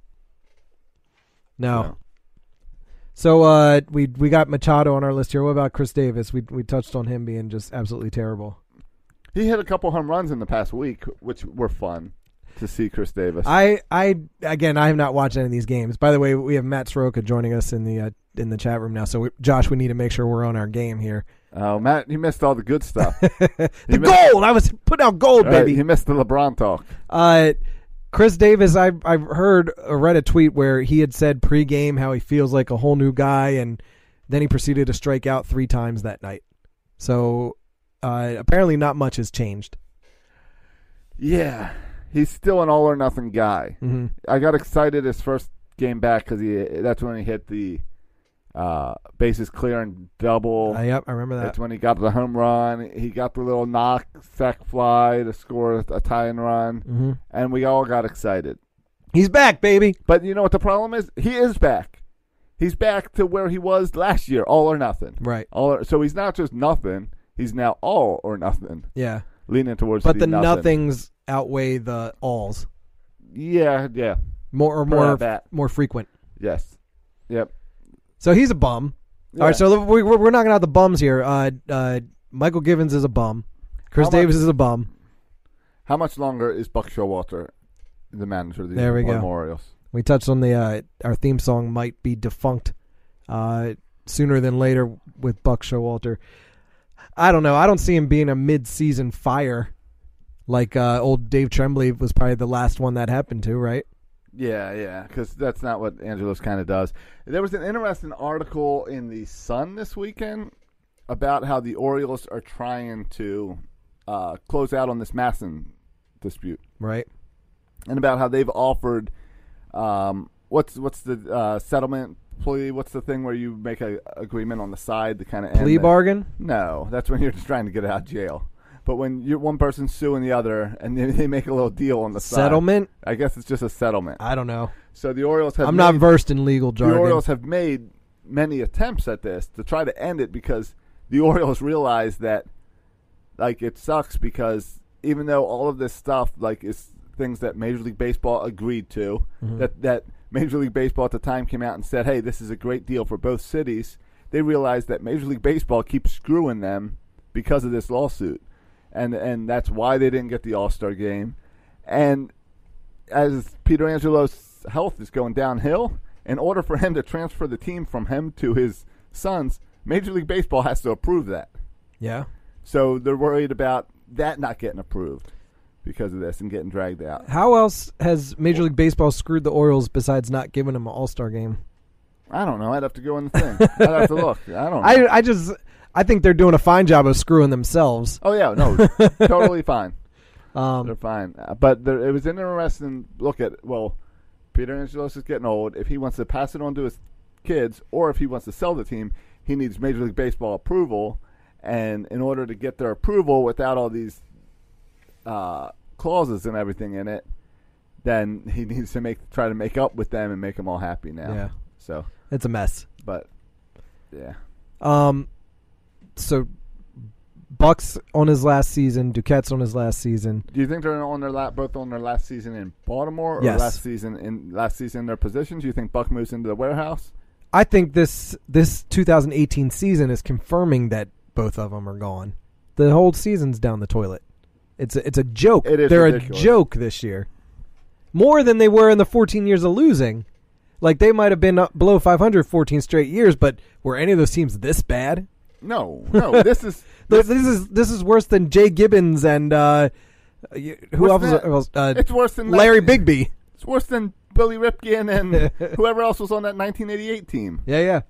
[SPEAKER 4] No.
[SPEAKER 1] No.
[SPEAKER 4] So uh, we we got Machado on our list here. What about Chris Davis? We we touched on him being just absolutely terrible.
[SPEAKER 1] He hit a couple home runs in the past week, which were fun to see. Chris Davis.
[SPEAKER 4] I I again I have not watched any of these games. By the way, we have Matt Soroka joining us in the uh, in the chat room now. So we, Josh, we need to make sure we're on our game here.
[SPEAKER 1] oh, Matt, he missed all the good stuff.
[SPEAKER 4] The gold. I was putting out gold,
[SPEAKER 1] All right,
[SPEAKER 4] baby.
[SPEAKER 1] he missed the LeBron talk.
[SPEAKER 4] Uh, Chris Davis, I, I've heard uh, read a tweet where he had said pregame how he feels like a whole new guy, and then he proceeded to strike out three times that night. So uh, apparently, not much has changed.
[SPEAKER 1] Yeah, he's still an all or nothing guy. I got excited his first game back because he—that's when he hit the uh, bases clearing double.
[SPEAKER 4] Uh, yep, I remember that.
[SPEAKER 1] That's when he got the home run. He got the little knock, sack fly to score a tie and run,
[SPEAKER 4] Mm-hmm.
[SPEAKER 1] and we all got excited.
[SPEAKER 4] He's back, baby.
[SPEAKER 1] But you know what the problem is? He is back. He's back to where he was last year, all or nothing.
[SPEAKER 4] Right.
[SPEAKER 1] All or, so he's not just nothing. He's now all or nothing,
[SPEAKER 4] Yeah,
[SPEAKER 1] leaning towards.
[SPEAKER 4] but the
[SPEAKER 1] nothing.
[SPEAKER 4] nothings outweigh the alls
[SPEAKER 1] Yeah. Yeah.
[SPEAKER 4] more or
[SPEAKER 1] Proud of
[SPEAKER 4] more
[SPEAKER 1] that.
[SPEAKER 4] more frequent.
[SPEAKER 1] Yes. Yep.
[SPEAKER 4] So he's a bum. All
[SPEAKER 1] Yeah.
[SPEAKER 4] right, so we, we're, we're knocking out the bums here. Uh, uh, Michael Givens is a bum. Chris
[SPEAKER 1] How much-
[SPEAKER 4] Davis is a bum.
[SPEAKER 1] How much longer is Buck Showalter the manager of the
[SPEAKER 4] There we go.
[SPEAKER 1] Baltimore Orioles?
[SPEAKER 4] We touched on the uh, our theme song might be defunct uh, sooner than later with Buck Showalter. I don't know. I don't see him being a mid-season fire like uh, old Dave Tremblay was probably the last one that happened to, right?
[SPEAKER 1] Yeah, yeah, because that's not what Angelos kind of does. There was an interesting article in the Sun this weekend about how the Orioles are trying to uh, close out on this Masson dispute,
[SPEAKER 4] Right.
[SPEAKER 1] and about how they've offered um, what's what's the uh, settlement plea? What's the thing where you make a agreement on the side to kind of
[SPEAKER 4] Plea bargain.
[SPEAKER 1] No, that's when you're just trying to get out of jail. But when you're one person's suing the other, and they, they make a little deal on the side.
[SPEAKER 4] Settlement?
[SPEAKER 1] I guess it's just a settlement.
[SPEAKER 4] I don't know.
[SPEAKER 1] So the Orioles have
[SPEAKER 4] I'm not
[SPEAKER 1] made-
[SPEAKER 4] versed in legal
[SPEAKER 1] the Orioles
[SPEAKER 4] jargon.
[SPEAKER 1] have made many attempts at this to try to end it because the Orioles realize that like it sucks because even though all of this stuff like is things that Major League Baseball agreed to
[SPEAKER 4] Mm-hmm.
[SPEAKER 1] that that Major League Baseball at the time came out and said, "Hey, this is a great deal for both cities." They realize that Major League Baseball keeps screwing them because of this lawsuit. And and that's why they didn't get the All-Star game. And as Peter Angelo's health is going downhill, in order for him to transfer the team from him to his sons, Major League Baseball has to approve that.
[SPEAKER 4] Yeah.
[SPEAKER 1] So they're worried about that not getting approved because of this and getting dragged out.
[SPEAKER 4] How else has Major League Baseball screwed the Orioles besides not giving them an All-Star game?
[SPEAKER 1] I don't know. I'd have to go in the thing. I'd have to look. I don't know.
[SPEAKER 4] I I just I think they're doing a fine job of screwing themselves.
[SPEAKER 1] oh, yeah. No, totally fine. they're fine. Uh, but there, it was an interesting look at, well, Peter Angelos is getting old. If he wants to pass it on to his kids or if he wants to sell the team, he needs Major League Baseball approval. And in order to get their approval without all these uh, clauses and everything in it, then he needs to make try to make up with them and make them all happy now.
[SPEAKER 4] Yeah.
[SPEAKER 1] So,
[SPEAKER 4] It's a mess.
[SPEAKER 1] but yeah,
[SPEAKER 4] Um, so Bucks on his last season, Duquette's on his last season.
[SPEAKER 1] do you think they're on their la- both on their last season in Baltimore or
[SPEAKER 4] Yes.
[SPEAKER 1] last season in last season in their positions? Do you think Buck moves into the warehouse?
[SPEAKER 4] I think this this 2018 season is confirming that both of them are gone. The whole season's down the toilet. It's a, it's a joke.
[SPEAKER 1] It is
[SPEAKER 4] They're
[SPEAKER 1] ridiculous.
[SPEAKER 4] a joke this year, more than they were in the 14 years of losing. Like they might have been up below 500 14 straight years, but were any of those teams this bad?
[SPEAKER 1] No, no. this is
[SPEAKER 4] This, this is this is worse than Jay Gibbons and uh, y- who
[SPEAKER 1] What's
[SPEAKER 4] else? was-
[SPEAKER 1] that?
[SPEAKER 4] was, Uh,
[SPEAKER 1] It's worse than
[SPEAKER 4] Larry
[SPEAKER 1] that-
[SPEAKER 4] Bigby.
[SPEAKER 1] it's worse than Billy Ripken and whoever else was on that 1988 team.
[SPEAKER 4] Yeah,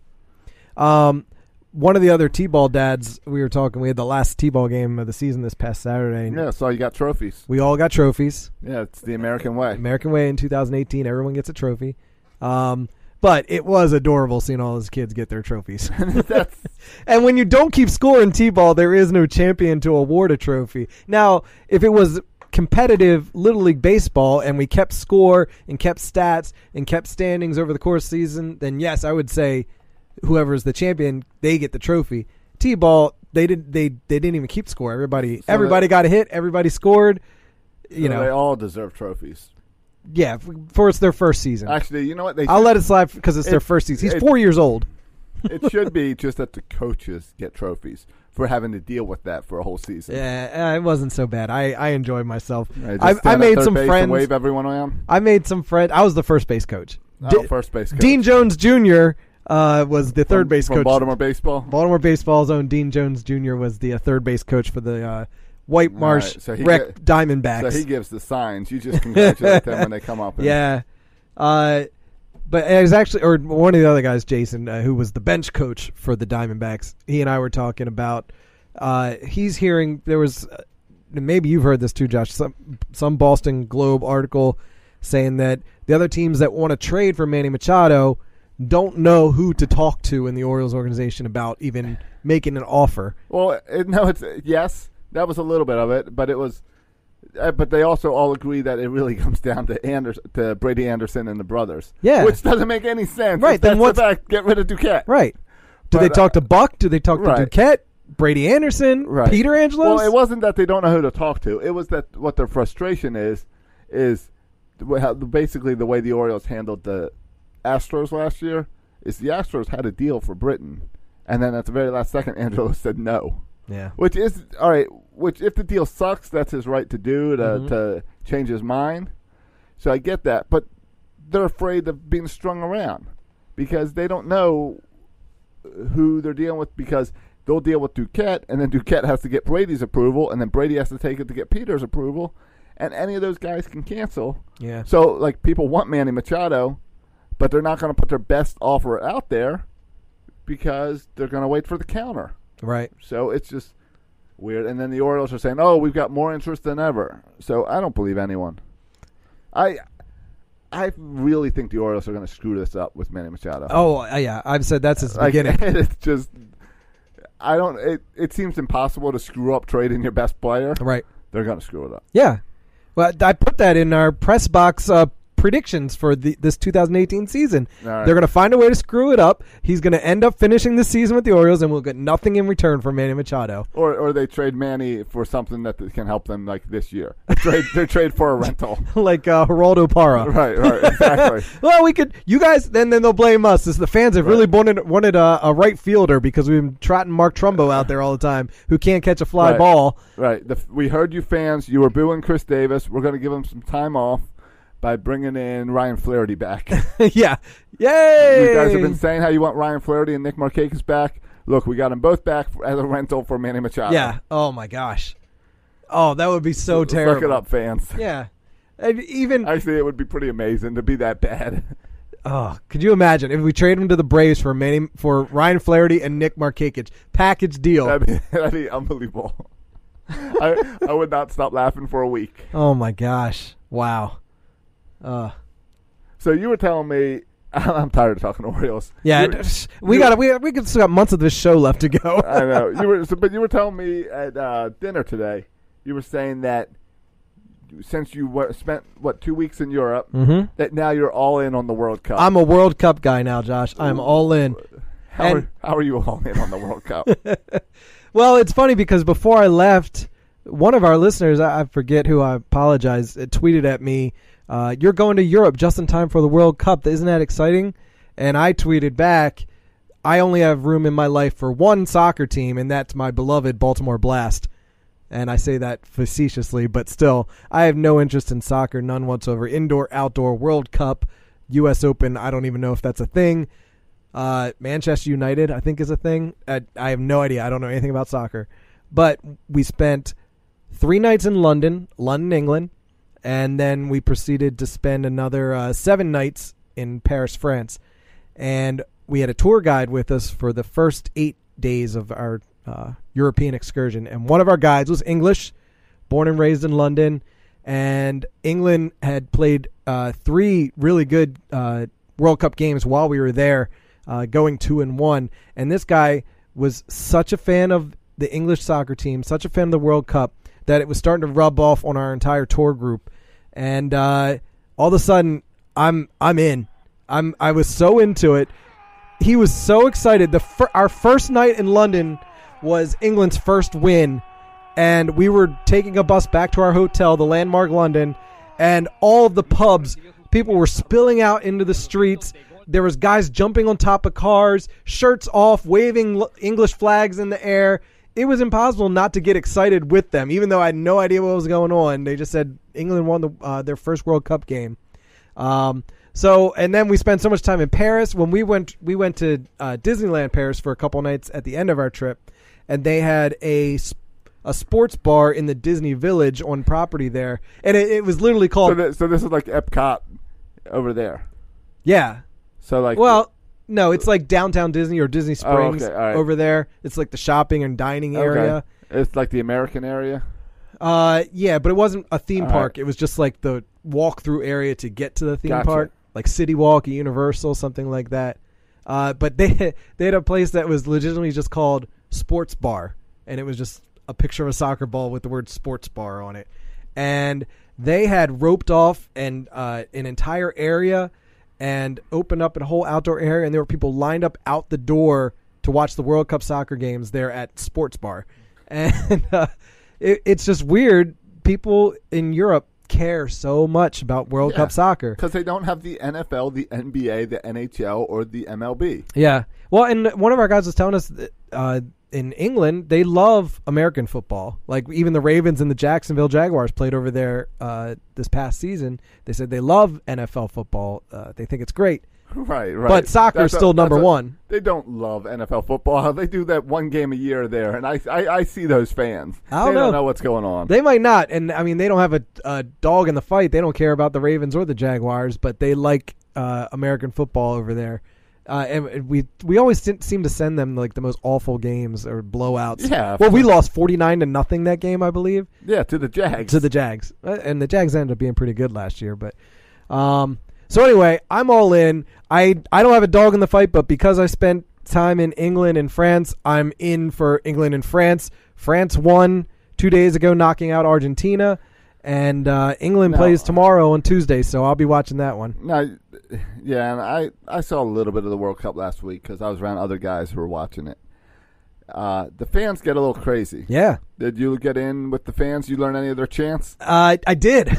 [SPEAKER 4] yeah. Um, one of the other T-ball dads we were talking. We had the last T-ball game of the season this past Saturday. and
[SPEAKER 1] Yeah, so you got trophies.
[SPEAKER 4] We all got trophies.
[SPEAKER 1] Yeah, it's the American way.
[SPEAKER 4] American way in 2018. Everyone gets a trophy. Um, But it was adorable seeing all those kids get their trophies. and when you don't keep score in T-ball, there is no champion to award a trophy. Now, if it was competitive Little League baseball and we kept score and kept stats and kept standings over the course of the season, then yes, I would say whoever's the champion, they get the trophy. T-ball, they did they they didn't even keep score. Everybody everybody got a hit, everybody scored.
[SPEAKER 6] they
[SPEAKER 4] You know,
[SPEAKER 6] all deserve trophies.
[SPEAKER 4] yeah, f- for it's their first season.
[SPEAKER 1] Actually, you know what? They
[SPEAKER 4] I'll
[SPEAKER 1] should-
[SPEAKER 4] let it slide because it's their
[SPEAKER 1] It-
[SPEAKER 4] first season. He's
[SPEAKER 1] it-
[SPEAKER 4] four years old.
[SPEAKER 1] it should be just that the coaches get trophies for having to deal with that for a whole season.
[SPEAKER 4] Yeah, uh, it wasn't so bad. I, I enjoyed myself.
[SPEAKER 1] Right, just
[SPEAKER 4] I,
[SPEAKER 1] stand
[SPEAKER 4] I
[SPEAKER 1] at
[SPEAKER 4] made
[SPEAKER 1] third
[SPEAKER 4] some
[SPEAKER 1] base and
[SPEAKER 4] friends.
[SPEAKER 1] Wave everyone around.
[SPEAKER 4] I made some friends. I was the first base coach.
[SPEAKER 1] Oh,
[SPEAKER 4] Di-
[SPEAKER 1] first base coach.
[SPEAKER 4] Dean Jones Jr. Uh, was the third
[SPEAKER 1] From-
[SPEAKER 4] base
[SPEAKER 1] from
[SPEAKER 4] coach.
[SPEAKER 1] Baltimore baseball.
[SPEAKER 4] Baltimore baseball's own Dean Jones Jr. was the uh, third base coach for the uh, White Marsh
[SPEAKER 1] so he
[SPEAKER 4] Rec
[SPEAKER 1] get-
[SPEAKER 4] Diamondbacks.
[SPEAKER 1] So he gives the signs. You just congratulate them when they come up. And
[SPEAKER 4] Yeah. Uh, but it was actually, or one of the other guys, Jason, uh, who was the bench coach for the Diamondbacks. He and I were talking about. Uh, he's hearing there was, uh, maybe you've heard this too, Josh. Some some Boston Globe article saying that the other teams that want to trade for Manny Machado don't know who to talk to in the Orioles organization about even making an offer.
[SPEAKER 1] Well, it, no, it's yes. That was a little bit of it, but it was. Uh, but they also all agree that it really comes down to Anders, to Brady Anderson and the brothers.
[SPEAKER 4] Yeah.
[SPEAKER 1] which doesn't make any sense.
[SPEAKER 4] Right,
[SPEAKER 1] If
[SPEAKER 4] then
[SPEAKER 1] that's
[SPEAKER 4] what's-
[SPEAKER 1] the fact, get rid of Duquette.
[SPEAKER 4] Right? Do they
[SPEAKER 1] But, uh,
[SPEAKER 4] talk to Buck? Do they talk to
[SPEAKER 1] right.
[SPEAKER 4] Duquette? Brady Anderson?
[SPEAKER 1] right.
[SPEAKER 4] Peter Angelos?
[SPEAKER 1] Well, it wasn't that they don't know who to talk to. It was that what their frustration is is the way- how- basically the way the Orioles handled the Astros last year is the Astros had a deal for Britain, and then at the very last second, Angelo said no.
[SPEAKER 4] yeah.
[SPEAKER 1] Which is all right. Which, if the deal sucks, that's his right to do to, to change his mind. So I get that, but they're afraid of being strung around because they don't know who they're dealing with. Because they'll deal with Duquette, and then Duquette has to get Brady's approval, and then Brady has to take it to get Peter's approval, and any of those guys can cancel.
[SPEAKER 4] Yeah.
[SPEAKER 1] So like people want Manny Machado, but they're not going to put their best offer out there because they're going to wait for the counter.
[SPEAKER 4] Right.
[SPEAKER 1] So it's just weird. And then the Orioles are saying, "Oh, we've got more interest than ever." So I don't believe anyone. I I really think the Orioles are going to screw this up with Manny Machado.
[SPEAKER 4] Oh uh, yeah, I've said that since the
[SPEAKER 1] like,
[SPEAKER 4] beginning.
[SPEAKER 1] it's just I don't. It it seems impossible to screw up trading your best player.
[SPEAKER 4] Right.
[SPEAKER 1] They're going to screw it up.
[SPEAKER 4] Yeah. Well, I put that in our press box uh, predictions for the, this 2018 season.
[SPEAKER 1] All right.
[SPEAKER 4] They're going to find a way to screw it up. He's going to end up finishing the season with the Orioles, and we'll get nothing in return for Manny Machado.
[SPEAKER 1] Or, or they trade Manny for something that can help them, like this year. Trade, they trade for a rental.
[SPEAKER 4] like uh, Geraldo Parra.
[SPEAKER 1] Right, right, exactly.
[SPEAKER 4] Well, we could. You guys, then then they'll blame us. As the fans have really wanted wanted a, a right fielder because we've been trotting Mark Trumbo out there all the time, who can't catch a fly
[SPEAKER 1] Right.
[SPEAKER 4] ball.
[SPEAKER 1] Right. The, f- we heard you fans. You were booing Chris Davis. We're going to give him some time off by bringing in Ryan Flaherty back. you
[SPEAKER 4] yeah, yay!
[SPEAKER 1] guys have been saying how you want Ryan Flaherty and Nick Markakis back. Look, we got them both back for, as a rental for Manny Machado.
[SPEAKER 4] Yeah. Oh my gosh. Oh, that would be so terrible.
[SPEAKER 1] Suck it up, fans.
[SPEAKER 4] Yeah. And even
[SPEAKER 1] Actually, it would be pretty amazing to be that bad.
[SPEAKER 4] oh, could you imagine if we trade him to the Braves for Manny, for Ryan Flaherty and Nick Markakis package deal?
[SPEAKER 1] that'd, be, that'd be unbelievable. I, I would not stop laughing for a week.
[SPEAKER 4] oh my gosh! Wow. Uh,
[SPEAKER 1] So you were telling me, I'm tired of talking Orioles.
[SPEAKER 4] yeah,
[SPEAKER 1] You were-
[SPEAKER 4] we
[SPEAKER 1] you-
[SPEAKER 4] got we we could still got months of this show left to go.
[SPEAKER 1] I know you were, so, but you were telling me at uh, dinner today. You were saying that since you were, spent what two weeks in Europe, that now you're all in on the World Cup.
[SPEAKER 4] Mm-hmm. I'm a World Cup guy now, Josh. I'm all in.
[SPEAKER 1] how,
[SPEAKER 4] and-
[SPEAKER 1] are, how are you all in on the World Cup?
[SPEAKER 4] Well, it's funny because before I left, one of our listeners, I I forget who I apologize, uh, tweeted at me, uh, You're going to Europe just in time for the World Cup. Isn't that exciting? And I tweeted back, I only have room in my life for one soccer team, and that's my beloved Baltimore Blast. And I say that facetiously, but still, I have no interest in soccer, none whatsoever. Indoor, outdoor, World Cup, U.S. Open, I don't even know if that's a thing. Uh, Manchester United, I think, is a thing. I, I have no idea. I don't know anything about soccer. But we spent three nights in London, London, England, and then we proceeded to spend another uh, seven nights in Paris, France. And we had a tour guide with us for the first eight days of our uh, European excursion. And one of our guides was English, born and raised in London. And England had played uh, three really good uh, World Cup games while we were there, uh, going two and one. And this guy was such a fan of the English soccer team, such a fan of the World Cup, that it was starting to rub off on our entire tour group. And uh, all of a sudden, I'm I'm in. I'm I was so into it. He was so excited. The fir- our first night in London was England's first win, and we were taking a bus back to our hotel, the Landmark London, and all of the pubs, people were spilling out into the streets. There was guys jumping on top of cars, shirts off, waving l- English flags in the air. It was impossible not to get excited with them, even though I had no idea what was going on. They just said England won the, uh, their first World Cup game. Um, so and then we spent so much time in Paris when we went we went to uh, Disneyland Paris for a couple nights at the end of our trip, and they had a s- a sports bar in the Disney Village on property there, and it, it was literally
[SPEAKER 1] So,
[SPEAKER 4] called
[SPEAKER 1] thi- so this is like Epcot over there.
[SPEAKER 4] yeah.
[SPEAKER 1] So like
[SPEAKER 4] Well, no, it's like downtown Disney or Disney
[SPEAKER 1] Oh, okay,
[SPEAKER 4] Springs
[SPEAKER 1] all right.
[SPEAKER 4] over there. It's like the shopping and dining
[SPEAKER 1] okay.
[SPEAKER 4] area.
[SPEAKER 1] It's like the American area.
[SPEAKER 4] Uh, yeah, but it wasn't a theme
[SPEAKER 1] All right.
[SPEAKER 4] park. It was just like the walk through area to get to the theme
[SPEAKER 1] Gotcha.
[SPEAKER 4] park, like City Walk at Universal, something like that. Uh, but they they had a place that was legitimately just called Sports Bar, and it was just a picture of a soccer ball with the word Sports Bar on it, and they had roped off and uh, an entire area and opened up a whole outdoor area, and there were people lined up out the door to watch the World Cup soccer games there at Sports Bar, and uh, it, it's just weird. People in Europe care so much about World Cup soccer.
[SPEAKER 1] Because they don't have the NFL, the NBA, the NHL, or the MLB.
[SPEAKER 4] Yeah. Well, and one of our guys was telling us that, uh, in England they love American football. Like even the Ravens and the Jacksonville Jaguars played over there uh, this past season. They said they love NFL football. Uh, they think it's great.
[SPEAKER 1] Right, right.
[SPEAKER 4] But soccer's
[SPEAKER 1] That's a-
[SPEAKER 4] still number
[SPEAKER 1] that's a-
[SPEAKER 4] one.
[SPEAKER 1] They don't love NFL football. They do that one game a year there, and I I, I see those fans.
[SPEAKER 4] I don't
[SPEAKER 1] they don't
[SPEAKER 4] know.
[SPEAKER 1] know what's going on.
[SPEAKER 4] They might not, and I mean they don't have a, a dog in the fight. They don't care about the Ravens or the Jaguars, but they like uh, American football over there. Uh, and we we always se- seem to send them like the most awful games or blowouts.
[SPEAKER 1] Yeah, of
[SPEAKER 4] Well, we lost forty nine to nothing that game, I believe.
[SPEAKER 1] yeah, to the Jags.
[SPEAKER 4] to the Jags, Uh, and the Jags ended up being pretty good last year. But um, so anyway, I'm all in. I I don't have a dog in the fight, but because I spent time in England and France, I'm in for England and France. France won two days ago, knocking out Argentina, and uh, England
[SPEAKER 1] No.
[SPEAKER 4] plays tomorrow on Tuesday. So I'll be watching that one.
[SPEAKER 1] No, yeah, and I, I saw a little bit of the World Cup last week because I was around other guys who were watching it. Uh, the fans get a little crazy.
[SPEAKER 4] Yeah,
[SPEAKER 1] Did you get in with the fans? You learn any of their chants?
[SPEAKER 4] uh, I did.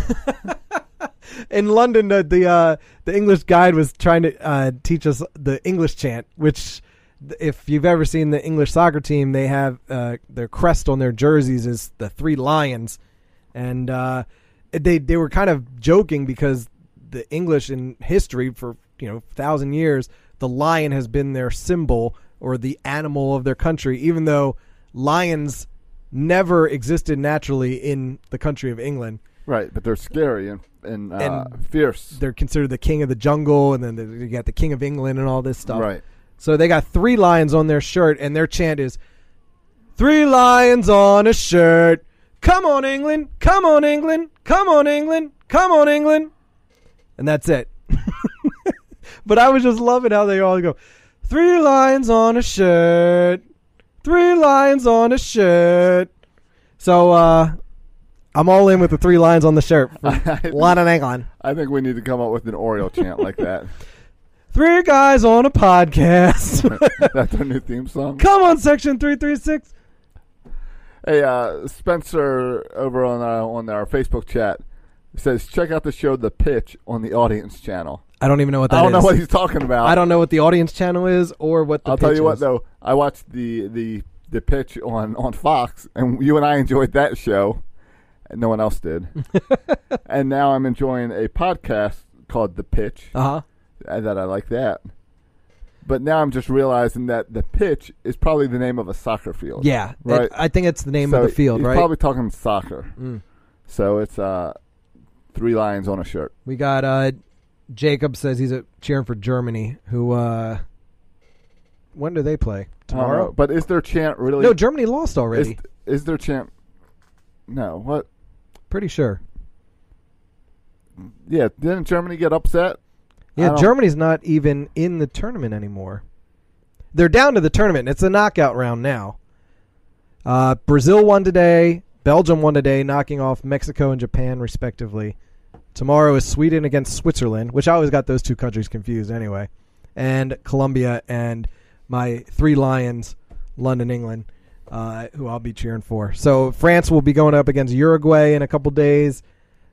[SPEAKER 4] In London, the the, uh, the English guide was trying to uh, teach us the English chant, which, th- if you've ever seen the English soccer team, they have uh, their crest on their jerseys is the three lions, and uh, they they were kind of joking because the English in history for you know thousand years, the lion has been their symbol or the animal of their country, even though lions never existed naturally in the country of England
[SPEAKER 1] Right, but they're scary and and, uh,
[SPEAKER 4] And
[SPEAKER 1] fierce.
[SPEAKER 4] they're considered the king of the jungle, and then they- you got the king of England and all this stuff.
[SPEAKER 1] Right.
[SPEAKER 4] So they got three lions on their shirt, and their chant is three lions on a shirt. Come on, England! Come on, England! Come on, England! Come on, England! And that's it. but I was just loving how they all go three lions on a shirt. Three lions on a shirt. So uh, I'm all in with the three lions on the shirt. A lot of England.
[SPEAKER 1] I think we need to come up with an Oreo chant like that.
[SPEAKER 4] Three guys on a podcast.
[SPEAKER 1] That's our new theme song.
[SPEAKER 4] Come on, section 336.
[SPEAKER 1] Hey, uh, Spencer over on our, on our Facebook chat says check out the show The Pitch on the Audience channel.
[SPEAKER 4] I don't even know what that is.
[SPEAKER 1] I don't know what he's talking about.
[SPEAKER 4] I don't know what the audience channel is or what the
[SPEAKER 1] I'll tell
[SPEAKER 4] pitch
[SPEAKER 1] you what
[SPEAKER 4] is.
[SPEAKER 1] though, I watched the the the pitch on on Fox, and you and I enjoyed that show, and no one else did. and now I'm enjoying a podcast called The Pitch,
[SPEAKER 4] Uh-huh.
[SPEAKER 1] and that I like that. But now I'm just realizing that the pitch is probably the name of a soccer field.
[SPEAKER 4] Yeah. it-
[SPEAKER 1] right.
[SPEAKER 4] I think it's the name
[SPEAKER 1] So
[SPEAKER 4] of the field,
[SPEAKER 1] he's
[SPEAKER 4] right? Mm.
[SPEAKER 1] Probably talking soccer. So it's uh, three lions on a shirt.
[SPEAKER 4] we got uh Jacob says he's uh cheering for Germany who uh when do they
[SPEAKER 1] I
[SPEAKER 4] play?
[SPEAKER 1] don't know.
[SPEAKER 4] Tomorrow?
[SPEAKER 1] But is their chant really?
[SPEAKER 4] No, Germany lost
[SPEAKER 1] is,
[SPEAKER 4] already.
[SPEAKER 1] is their chant? No. What?
[SPEAKER 4] Pretty sure.
[SPEAKER 1] Yeah. Didn't Germany get upset? I
[SPEAKER 4] Yeah,
[SPEAKER 1] don't-
[SPEAKER 4] Germany's not even in the tournament anymore. They're down to the tournament. It's a knockout round now. Uh, Brazil won today. Belgium won today, knocking off Mexico and Japan respectively. Tomorrow is Sweden against Switzerland, which I always got those two countries confused anyway, and Colombia and my three lions, London, England, uh, who I'll be cheering for. So France will be going up against Uruguay in a couple days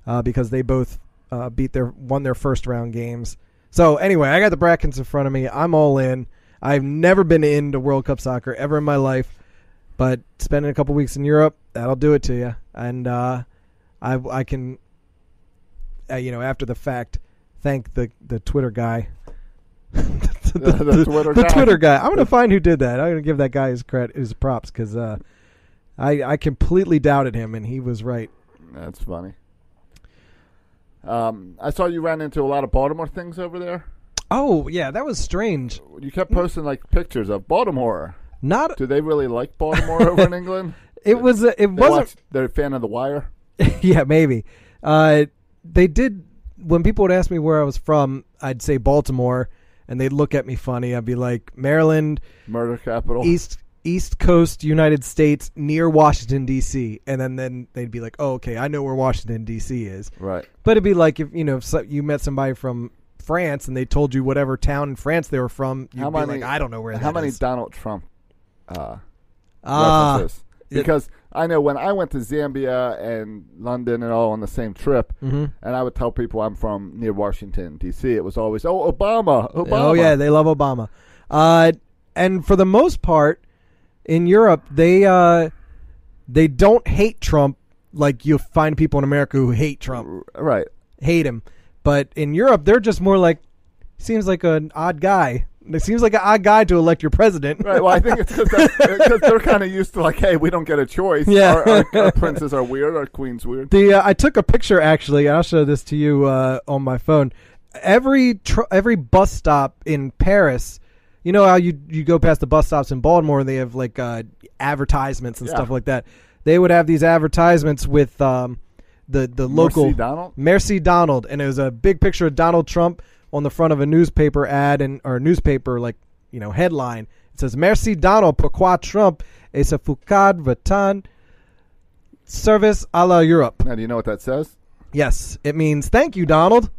[SPEAKER 4] uh, because they both uh, beat their won their first round games. So anyway, I got the brackets in front of me. I'm all in. I've never been into World Cup soccer ever in my life, but spending a couple weeks in Europe that'll do it to you. And uh, I I can, uh, you know, after the fact, thank the the Twitter guy. the,
[SPEAKER 1] The Twitter
[SPEAKER 4] the
[SPEAKER 1] guy.
[SPEAKER 4] Twitter guy. I'm gonna find who did that. I'm gonna give that guy his credit, his props, because uh, I I completely doubted him, and he was right.
[SPEAKER 1] That's funny. Um, I saw you ran into a lot of Baltimore things over there.
[SPEAKER 4] Oh yeah, that was strange.
[SPEAKER 1] You kept
[SPEAKER 4] Mm-hmm.
[SPEAKER 1] posting like pictures of Baltimore.
[SPEAKER 4] Not
[SPEAKER 1] Do they really like Baltimore over in England?
[SPEAKER 4] it was a- it
[SPEAKER 1] They
[SPEAKER 4] wasn't
[SPEAKER 1] watch- they're a fan of The Wire.
[SPEAKER 4] yeah maybe uh, they did when people would ask me where I was from I'd say Baltimore and they'd look at me funny I'd be like Maryland
[SPEAKER 1] Murder Capital.
[SPEAKER 4] East East Coast United States near Washington D.C. and then then they'd be like oh okay I know where Washington D.C. is
[SPEAKER 1] Right.
[SPEAKER 4] but it'd be like if you know if so, you met somebody from France and they told you whatever town in France they were from you'd
[SPEAKER 1] How
[SPEAKER 4] be
[SPEAKER 1] many?
[SPEAKER 4] like I don't know where
[SPEAKER 1] How
[SPEAKER 4] that
[SPEAKER 1] many
[SPEAKER 4] is."
[SPEAKER 1] Donald Trump uh,
[SPEAKER 4] Ah,
[SPEAKER 1] references?
[SPEAKER 4] it-
[SPEAKER 1] Because I know when I went to Zambia and London and all on the same trip,
[SPEAKER 4] Mm-hmm.
[SPEAKER 1] and I would tell people I'm from near Washington D.C. It was always, "Oh, Obama, Obama."
[SPEAKER 4] Oh yeah, they love Obama. Uh, and for the most part, in Europe, they uh, they don't hate Trump like you find people in America who hate Trump,
[SPEAKER 1] right.
[SPEAKER 4] hate him. But in Europe, they're just more like seems like an odd guy. It seems like an odd guy to elect your president.
[SPEAKER 1] Right. Well, I think it's because they're kind of used to like, hey, we don't get a choice.
[SPEAKER 4] Yeah.
[SPEAKER 1] Our, our, our princes are weird. Our queen's weird.
[SPEAKER 4] The uh, I took a picture actually. and I'll show this to you uh, on my phone. Every tr- every bus stop in Paris, you know how you you go past the bus stops in Baltimore, they have like uh, advertisements and
[SPEAKER 1] Yeah.
[SPEAKER 4] stuff like that. They would have these advertisements with um, the the local
[SPEAKER 1] Donald?
[SPEAKER 4] Merci Donald, and it was a big picture of Donald Trump on the front of a newspaper ad and or newspaper like you know headline. It says Merci Donald pourquoi Trump et sa foucade vatan service à la Europe.
[SPEAKER 1] Now, do you know what that says?
[SPEAKER 4] Yes, it means thank you, Donald.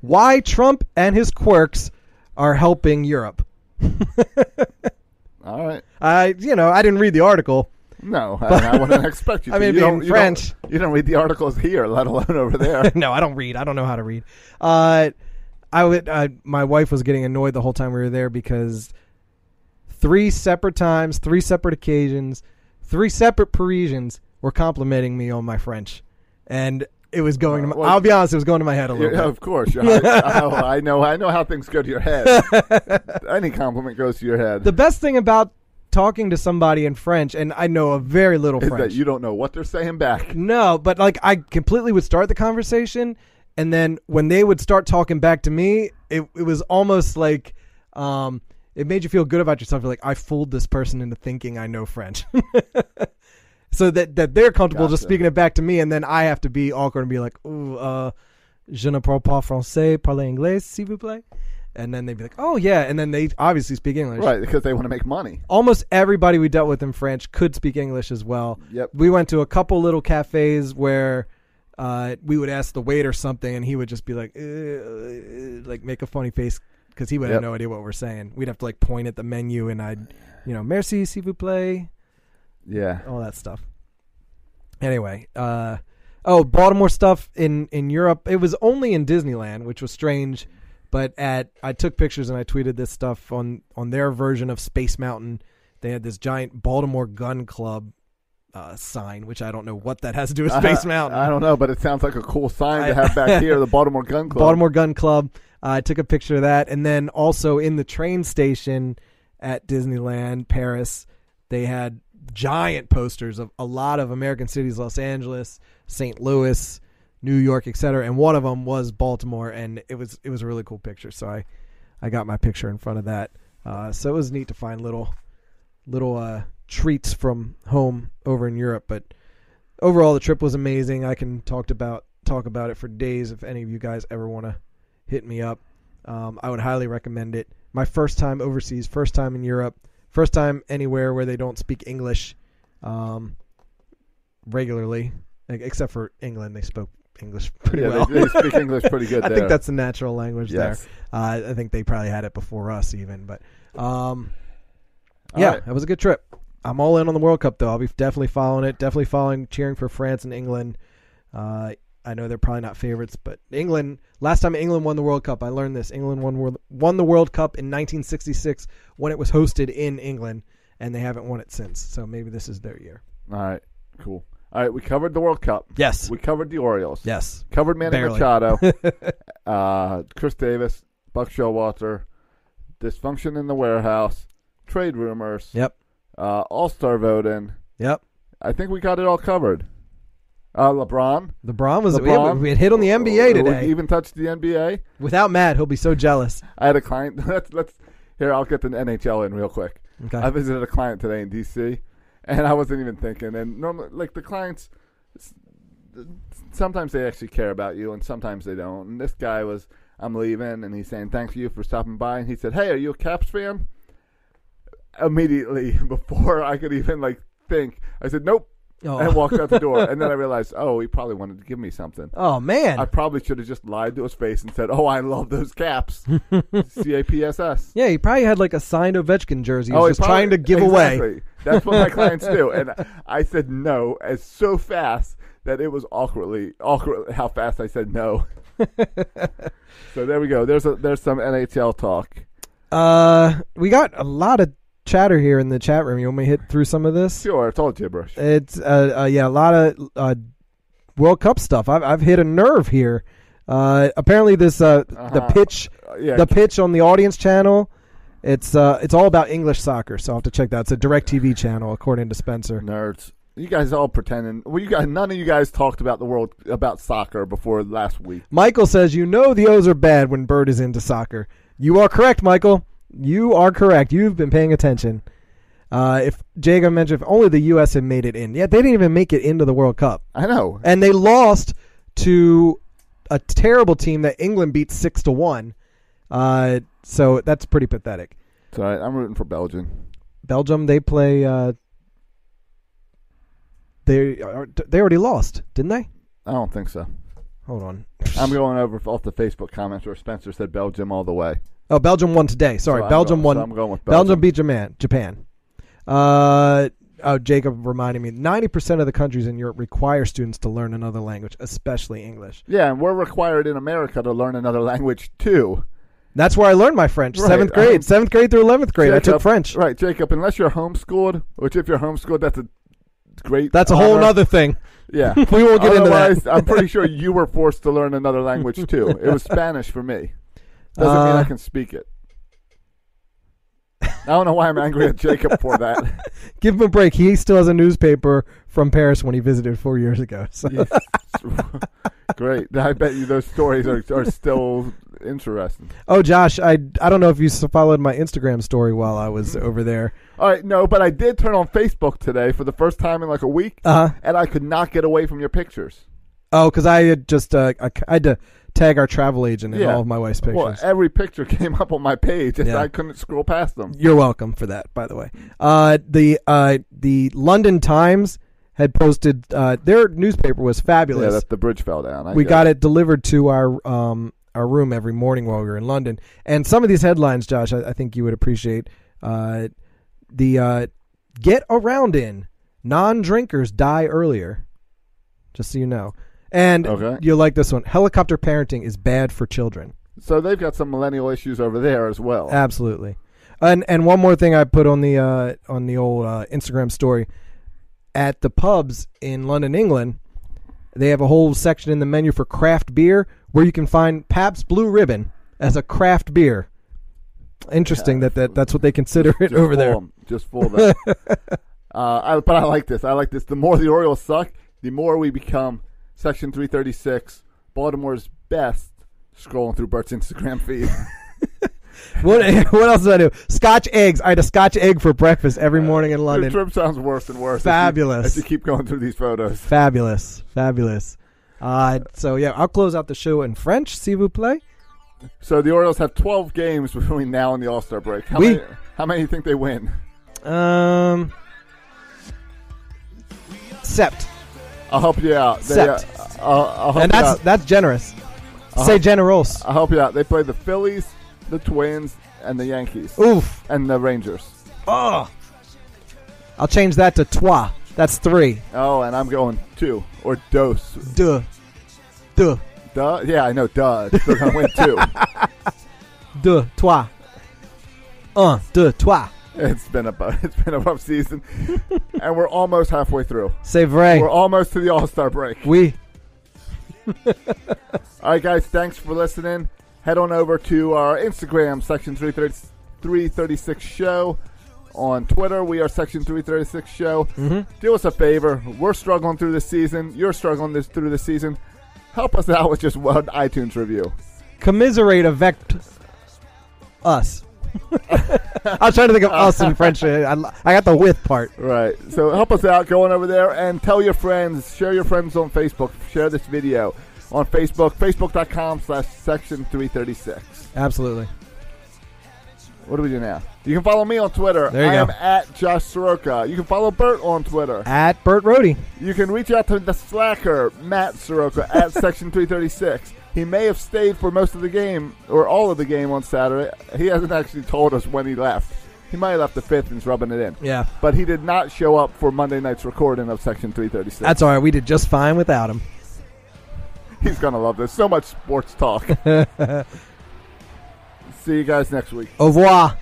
[SPEAKER 4] Why Trump and his quirks are helping Europe.
[SPEAKER 1] All right.
[SPEAKER 4] I, you know, I didn't read the article.
[SPEAKER 1] No, I, I wouldn't expect you.
[SPEAKER 4] I
[SPEAKER 1] to.
[SPEAKER 4] mean,
[SPEAKER 1] you
[SPEAKER 4] being
[SPEAKER 1] don't,
[SPEAKER 4] French.
[SPEAKER 1] you don't, you don't read the articles here, let alone over there.
[SPEAKER 4] No, I don't read. I don't know how to read. Uh, I would. I, my wife was getting annoyed the whole time we were there because three separate times, three separate occasions, three separate Parisians were complimenting me on my French, and it was going. to my,
[SPEAKER 1] well-
[SPEAKER 4] I'll be honest, it was going to my head a little
[SPEAKER 1] Yeah,
[SPEAKER 4] bit.
[SPEAKER 1] of course. Yeah, I, oh, I know. I know how things go to your head. Any compliment goes to your head.
[SPEAKER 4] The best thing about talking to somebody in French, and I know a very little
[SPEAKER 1] is
[SPEAKER 4] French.
[SPEAKER 1] that you don't know what they're saying back.
[SPEAKER 4] No, but like I completely would start the conversation, and then when they would start talking back to me, it it was almost like, um, it made you feel good about yourself. You're like, I fooled this person into thinking I know French, so that that they're comfortable just
[SPEAKER 1] Gotcha.
[SPEAKER 4] speaking it back to me, and then I have to be awkward and be like, ooh, uh, je ne parle pas français, parlez anglais, s'il vous plaît, and then they'd be like, oh yeah, and then they obviously speak English,
[SPEAKER 1] Right, because they want to make money.
[SPEAKER 4] almost everybody we dealt with in French could speak English as well.
[SPEAKER 1] Yep.
[SPEAKER 4] We went to a couple little cafes where uh, we would ask the waiter something, and he would just be like, "Uh," like make a funny face because he would have
[SPEAKER 1] Yep.
[SPEAKER 4] no idea what we're saying. We'd have to like point at the menu, and I'd, you know, merci, s'il vous plaît,
[SPEAKER 1] Yeah.
[SPEAKER 4] all that stuff. Anyway, uh, oh, Baltimore stuff in in Europe. It was only in Disneyland, which was strange. But at I took pictures and I tweeted this stuff on on their version of Space Mountain. They had this giant Baltimore Gun Club uh, sign, which I don't know what that has to do with Space
[SPEAKER 1] I-
[SPEAKER 4] Mountain.
[SPEAKER 1] Uh, I don't know, but it sounds like a cool sign
[SPEAKER 4] I-
[SPEAKER 1] to have back here, the Baltimore Gun Club.
[SPEAKER 4] Baltimore Gun Club. Uh, I took a picture of that, and then also in the train station at Disneyland Paris, they had giant posters of a lot of American cities: Los Angeles, St. Louis, New York, etc. And one of them was Baltimore, and it was it was a really cool picture. So I I got my picture in front of that. Uh, so it was neat to find little little uh, treats from home over in Europe, but overall the trip was amazing. I can talked about talk about it for days if any of you guys ever want to hit me up. Um, I would highly recommend it. My first time overseas, first time in Europe, first time anywhere where they don't speak English um, regularly, like, except for England. They spoke English pretty
[SPEAKER 1] Yeah,
[SPEAKER 4] well.
[SPEAKER 1] they, they speak English pretty good
[SPEAKER 4] I
[SPEAKER 1] there.
[SPEAKER 4] think that's the natural language
[SPEAKER 1] Yes.
[SPEAKER 4] there. Uh, I think they probably had it before us, even. But um,
[SPEAKER 1] All
[SPEAKER 4] yeah,
[SPEAKER 1] right.
[SPEAKER 4] it was a good trip. I'm all in on the World Cup, though. I'll be definitely following it, definitely following, cheering for France and England. Uh, I know they're probably not favorites, but England. Last time England won the World Cup, I learned this. England won world, won the World Cup in 1966 when it was hosted in England, and they haven't won it since. So maybe this is their year.
[SPEAKER 1] All right, cool. All right, we covered the World Cup.
[SPEAKER 4] Yes.
[SPEAKER 1] we covered the Orioles.
[SPEAKER 4] Yes.
[SPEAKER 1] covered Manny
[SPEAKER 4] Barely.
[SPEAKER 1] Machado, uh, Chris Davis, Buck Showalter, dysfunction in the warehouse, trade rumors,
[SPEAKER 4] Yep.
[SPEAKER 1] uh, All Star voting.
[SPEAKER 4] Yep.
[SPEAKER 1] I think we got it all covered. Uh, LeBron.
[SPEAKER 4] LeBron was
[SPEAKER 1] LeBron.
[SPEAKER 4] we, we had hit on the NBA
[SPEAKER 1] We
[SPEAKER 4] today.
[SPEAKER 1] even touched the NBA.
[SPEAKER 4] Without Matt, he'll be so jealous.
[SPEAKER 1] I had a client. Let's, let's here. I'll get the NHL in real quick.
[SPEAKER 4] Okay.
[SPEAKER 1] I visited a client today in DC, and I wasn't even thinking. And normally, like the clients, s- sometimes they actually care about you, and sometimes they don't. And this guy was, I'm leaving, and he's saying thanks you for stopping by, and he said, Hey, are you a Caps fan? Immediately before I could even like think, I said nope,
[SPEAKER 4] Oh.
[SPEAKER 1] and walked out the door. and then I realized, oh, he probably wanted to give me something.
[SPEAKER 4] Oh man.
[SPEAKER 1] I probably should have just lied to his face and said, "Oh, I love those caps." C A P S S.
[SPEAKER 4] yeah, he probably had like a signed Ovechkin jersey. He
[SPEAKER 1] Oh,
[SPEAKER 4] was
[SPEAKER 1] he
[SPEAKER 4] just
[SPEAKER 1] probably-
[SPEAKER 4] trying to give away.
[SPEAKER 1] Exactly. That's what my clients do, and I said no as so fast that it was awkwardly awkward how fast I said no. so there we go. There's a, there's some NHL talk.
[SPEAKER 4] Uh, we got a lot of chatter here in the chat room. You want me to hit through some of this?
[SPEAKER 1] Sure, it's all gibberish.
[SPEAKER 4] It's uh, uh yeah, a lot of uh, World Cup stuff. I've I've hit a nerve here. Uh, apparently this uh the pitch
[SPEAKER 1] Uh-huh. Uh, yeah.
[SPEAKER 4] the pitch on the audience channel. It's uh it's all about English soccer, so I'll have to check that. It's a direct TV channel according to Spencer.
[SPEAKER 1] Nerds, you guys all pretending. Well, you guys, none of you guys talked about the world about soccer before last week.
[SPEAKER 4] Michael says, "You know the O's are bad when Bird is into soccer." You are correct, Michael. You are correct. You've been paying attention. Uh, if Jago mentioned, if only the U.S. had made it in. Yeah, they didn't even make it into the World Cup,
[SPEAKER 1] I know.
[SPEAKER 4] and they lost to a terrible team that England beat six to one. Uh, so that's pretty pathetic.
[SPEAKER 1] So I, I'm rooting for Belgium.
[SPEAKER 4] Belgium, they play. Uh, they are- they already lost, didn't they?
[SPEAKER 1] I don't think so.
[SPEAKER 4] Hold on.
[SPEAKER 1] I'm going over off the Facebook comments where Spencer said Belgium all the way.
[SPEAKER 4] Oh, Belgium won today. Sorry,
[SPEAKER 1] So I'm
[SPEAKER 4] Belgium
[SPEAKER 1] going-
[SPEAKER 4] won.
[SPEAKER 1] so I'm going with Belgium.
[SPEAKER 4] Belgium. beat Japan. Japan. Uh, oh, Jacob reminded me. Ninety percent of the countries in Europe require students to learn another language, especially English.
[SPEAKER 1] Yeah, and we're required in America to learn another language too.
[SPEAKER 4] That's where I learned my French.
[SPEAKER 1] Right,
[SPEAKER 4] Seventh
[SPEAKER 1] I
[SPEAKER 4] grade,
[SPEAKER 1] mean-
[SPEAKER 4] seventh grade through eleventh grade, I took
[SPEAKER 1] Jacob-
[SPEAKER 4] French.
[SPEAKER 1] Right, Jacob. Unless you're homeschooled, which if you're homeschooled, that's a great.
[SPEAKER 4] That's a whole
[SPEAKER 1] honor.
[SPEAKER 4] other thing.
[SPEAKER 1] Yeah,
[SPEAKER 4] we won't get into that.
[SPEAKER 1] Otherwise, I'm pretty sure you were forced to learn another language too. It was Spanish for me. Doesn't mean I
[SPEAKER 4] Uh,
[SPEAKER 1] can speak it. I don't know why I'm angry at Jacob for that.
[SPEAKER 4] Give him a break. He still has a newspaper from Paris when he visited four years ago. So
[SPEAKER 1] Yes. Great. I bet you those stories are, are still interesting.
[SPEAKER 4] Oh, Josh, I, I don't know if you s- followed my Instagram story while I was over there.
[SPEAKER 1] All right, no, but I did turn on Facebook today for the first time in like a week,
[SPEAKER 4] Uh-huh.
[SPEAKER 1] and I could not get away from your pictures.
[SPEAKER 4] Oh, because I had just uh, I, I had to tag our travel agent in
[SPEAKER 1] Yeah.
[SPEAKER 4] all of my wife's pictures.
[SPEAKER 1] Well, every picture came up on my page, and
[SPEAKER 4] Yeah.
[SPEAKER 1] I couldn't scroll past them.
[SPEAKER 4] You're welcome for that, by the way. Uh, the uh, the London Times had posted uh, their newspaper was fabulous.
[SPEAKER 1] Yeah, that the bridge fell down. I
[SPEAKER 4] we
[SPEAKER 1] get
[SPEAKER 4] got it delivered to our um, our room every morning while we were in London. And some of these headlines, Josh, I, I think you would appreciate. Uh, the uh, get around in non-drinkers die earlier. Just so you know, and
[SPEAKER 1] Okay.
[SPEAKER 4] you like this one. Helicopter parenting is bad for children.
[SPEAKER 1] So they've got some millennial issues over there as well.
[SPEAKER 4] Absolutely. And and one more thing I put on the uh, on the old uh, Instagram story at the pubs in London, England, they have a whole section in the menu for craft beer where you can find Pabst Blue Ribbon as a craft beer. Interesting that, that that's what they consider it over
[SPEAKER 1] fool
[SPEAKER 4] there.
[SPEAKER 1] 'em. Just fool them. uh, I, but I like this. I like this. The more the Orioles suck, the more we become Section 336, Baltimore's best, scrolling through Bert's Instagram feed.
[SPEAKER 4] What what else did I do? Scotch eggs. I had a Scotch egg for breakfast every morning in
[SPEAKER 1] Your
[SPEAKER 4] London.
[SPEAKER 1] trip sounds worse and worse. as you-
[SPEAKER 4] Fabulous.
[SPEAKER 1] As you keep going through these photos.
[SPEAKER 4] Fabulous, fabulous. Uh, so yeah, I'll close out the show in French, s'il vous plaît.
[SPEAKER 1] So the Orioles have 12 games between now and the All Star break. How,
[SPEAKER 4] We-
[SPEAKER 1] many, how many do you think they win?
[SPEAKER 4] Um, Sept,
[SPEAKER 1] I'll help you out. They, uh,
[SPEAKER 4] Sept.
[SPEAKER 1] I'll, I'll help
[SPEAKER 4] and
[SPEAKER 1] you
[SPEAKER 4] that's
[SPEAKER 1] out.
[SPEAKER 4] that's generous.
[SPEAKER 1] Uh-huh.
[SPEAKER 4] Say generos.
[SPEAKER 1] I'll help you out. They play the Phillies, the Twins, and the Yankees,
[SPEAKER 4] Oof.
[SPEAKER 1] and the Rangers. Ah.
[SPEAKER 4] Oh. I'll change that to trois. That's three.
[SPEAKER 1] Oh, and I'm going two or dose.
[SPEAKER 4] Duh. Duh.
[SPEAKER 1] Duh. Yeah, I know. Duh. They're gonna win two.
[SPEAKER 4] Deux, trois. Un, deux, trois.
[SPEAKER 1] It's been a bu- it's been a rough season, and we're almost halfway through.
[SPEAKER 4] C'est vrai.
[SPEAKER 1] We're almost to the All Star break.
[SPEAKER 4] We.
[SPEAKER 1] All right, guys, thanks for listening. Head on over to our Instagram, Section 330 336 Show. On Twitter, we are Section 336 Show. Do us a favor. We're struggling through the season. You're struggling this, through the season. Help us out with just one iTunes review.
[SPEAKER 4] commiserate affect us. I was trying to think of us in French. I, I got the with part.
[SPEAKER 1] Right. So help us out going over there and tell your friends. Share your friends on Facebook. Share this video on Facebook. Facebook.com slash Section 336.
[SPEAKER 4] Absolutely.
[SPEAKER 1] What do we do now? You can follow me on Twitter.
[SPEAKER 4] There you
[SPEAKER 1] I
[SPEAKER 4] go.
[SPEAKER 1] am at Josh Soroka. You can follow Bert on Twitter.
[SPEAKER 4] At Bert Rohde.
[SPEAKER 1] You can reach out to the slacker, Matt Soroka, at Section 336. He may have stayed for most of the game or all of the game on Saturday. He hasn't actually told us when he left. He might have left the fifth and's rubbing it in.
[SPEAKER 4] Yeah.
[SPEAKER 1] But he did not show up for Monday night's recording of Section 336.
[SPEAKER 4] That's all right. We did just fine without him.
[SPEAKER 1] He's going to love this. So much sports talk. See you guys next week.
[SPEAKER 4] Au revoir.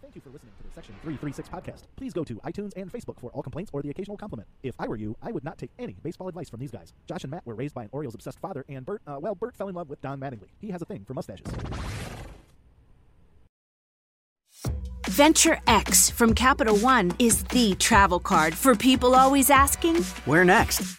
[SPEAKER 6] Thank you for listening to the Section 336 podcast. Please go to iTunes and Facebook for all complaints or the occasional compliment. If I were you, I would not take any baseball advice from these guys. Josh and Matt were raised by an Orioles obsessed father, and Bert, uh, well, Bert fell in love with Don Mattingly. He has a thing for mustaches.
[SPEAKER 7] Venture X from Capital One is the travel card for people always asking.
[SPEAKER 8] Where next?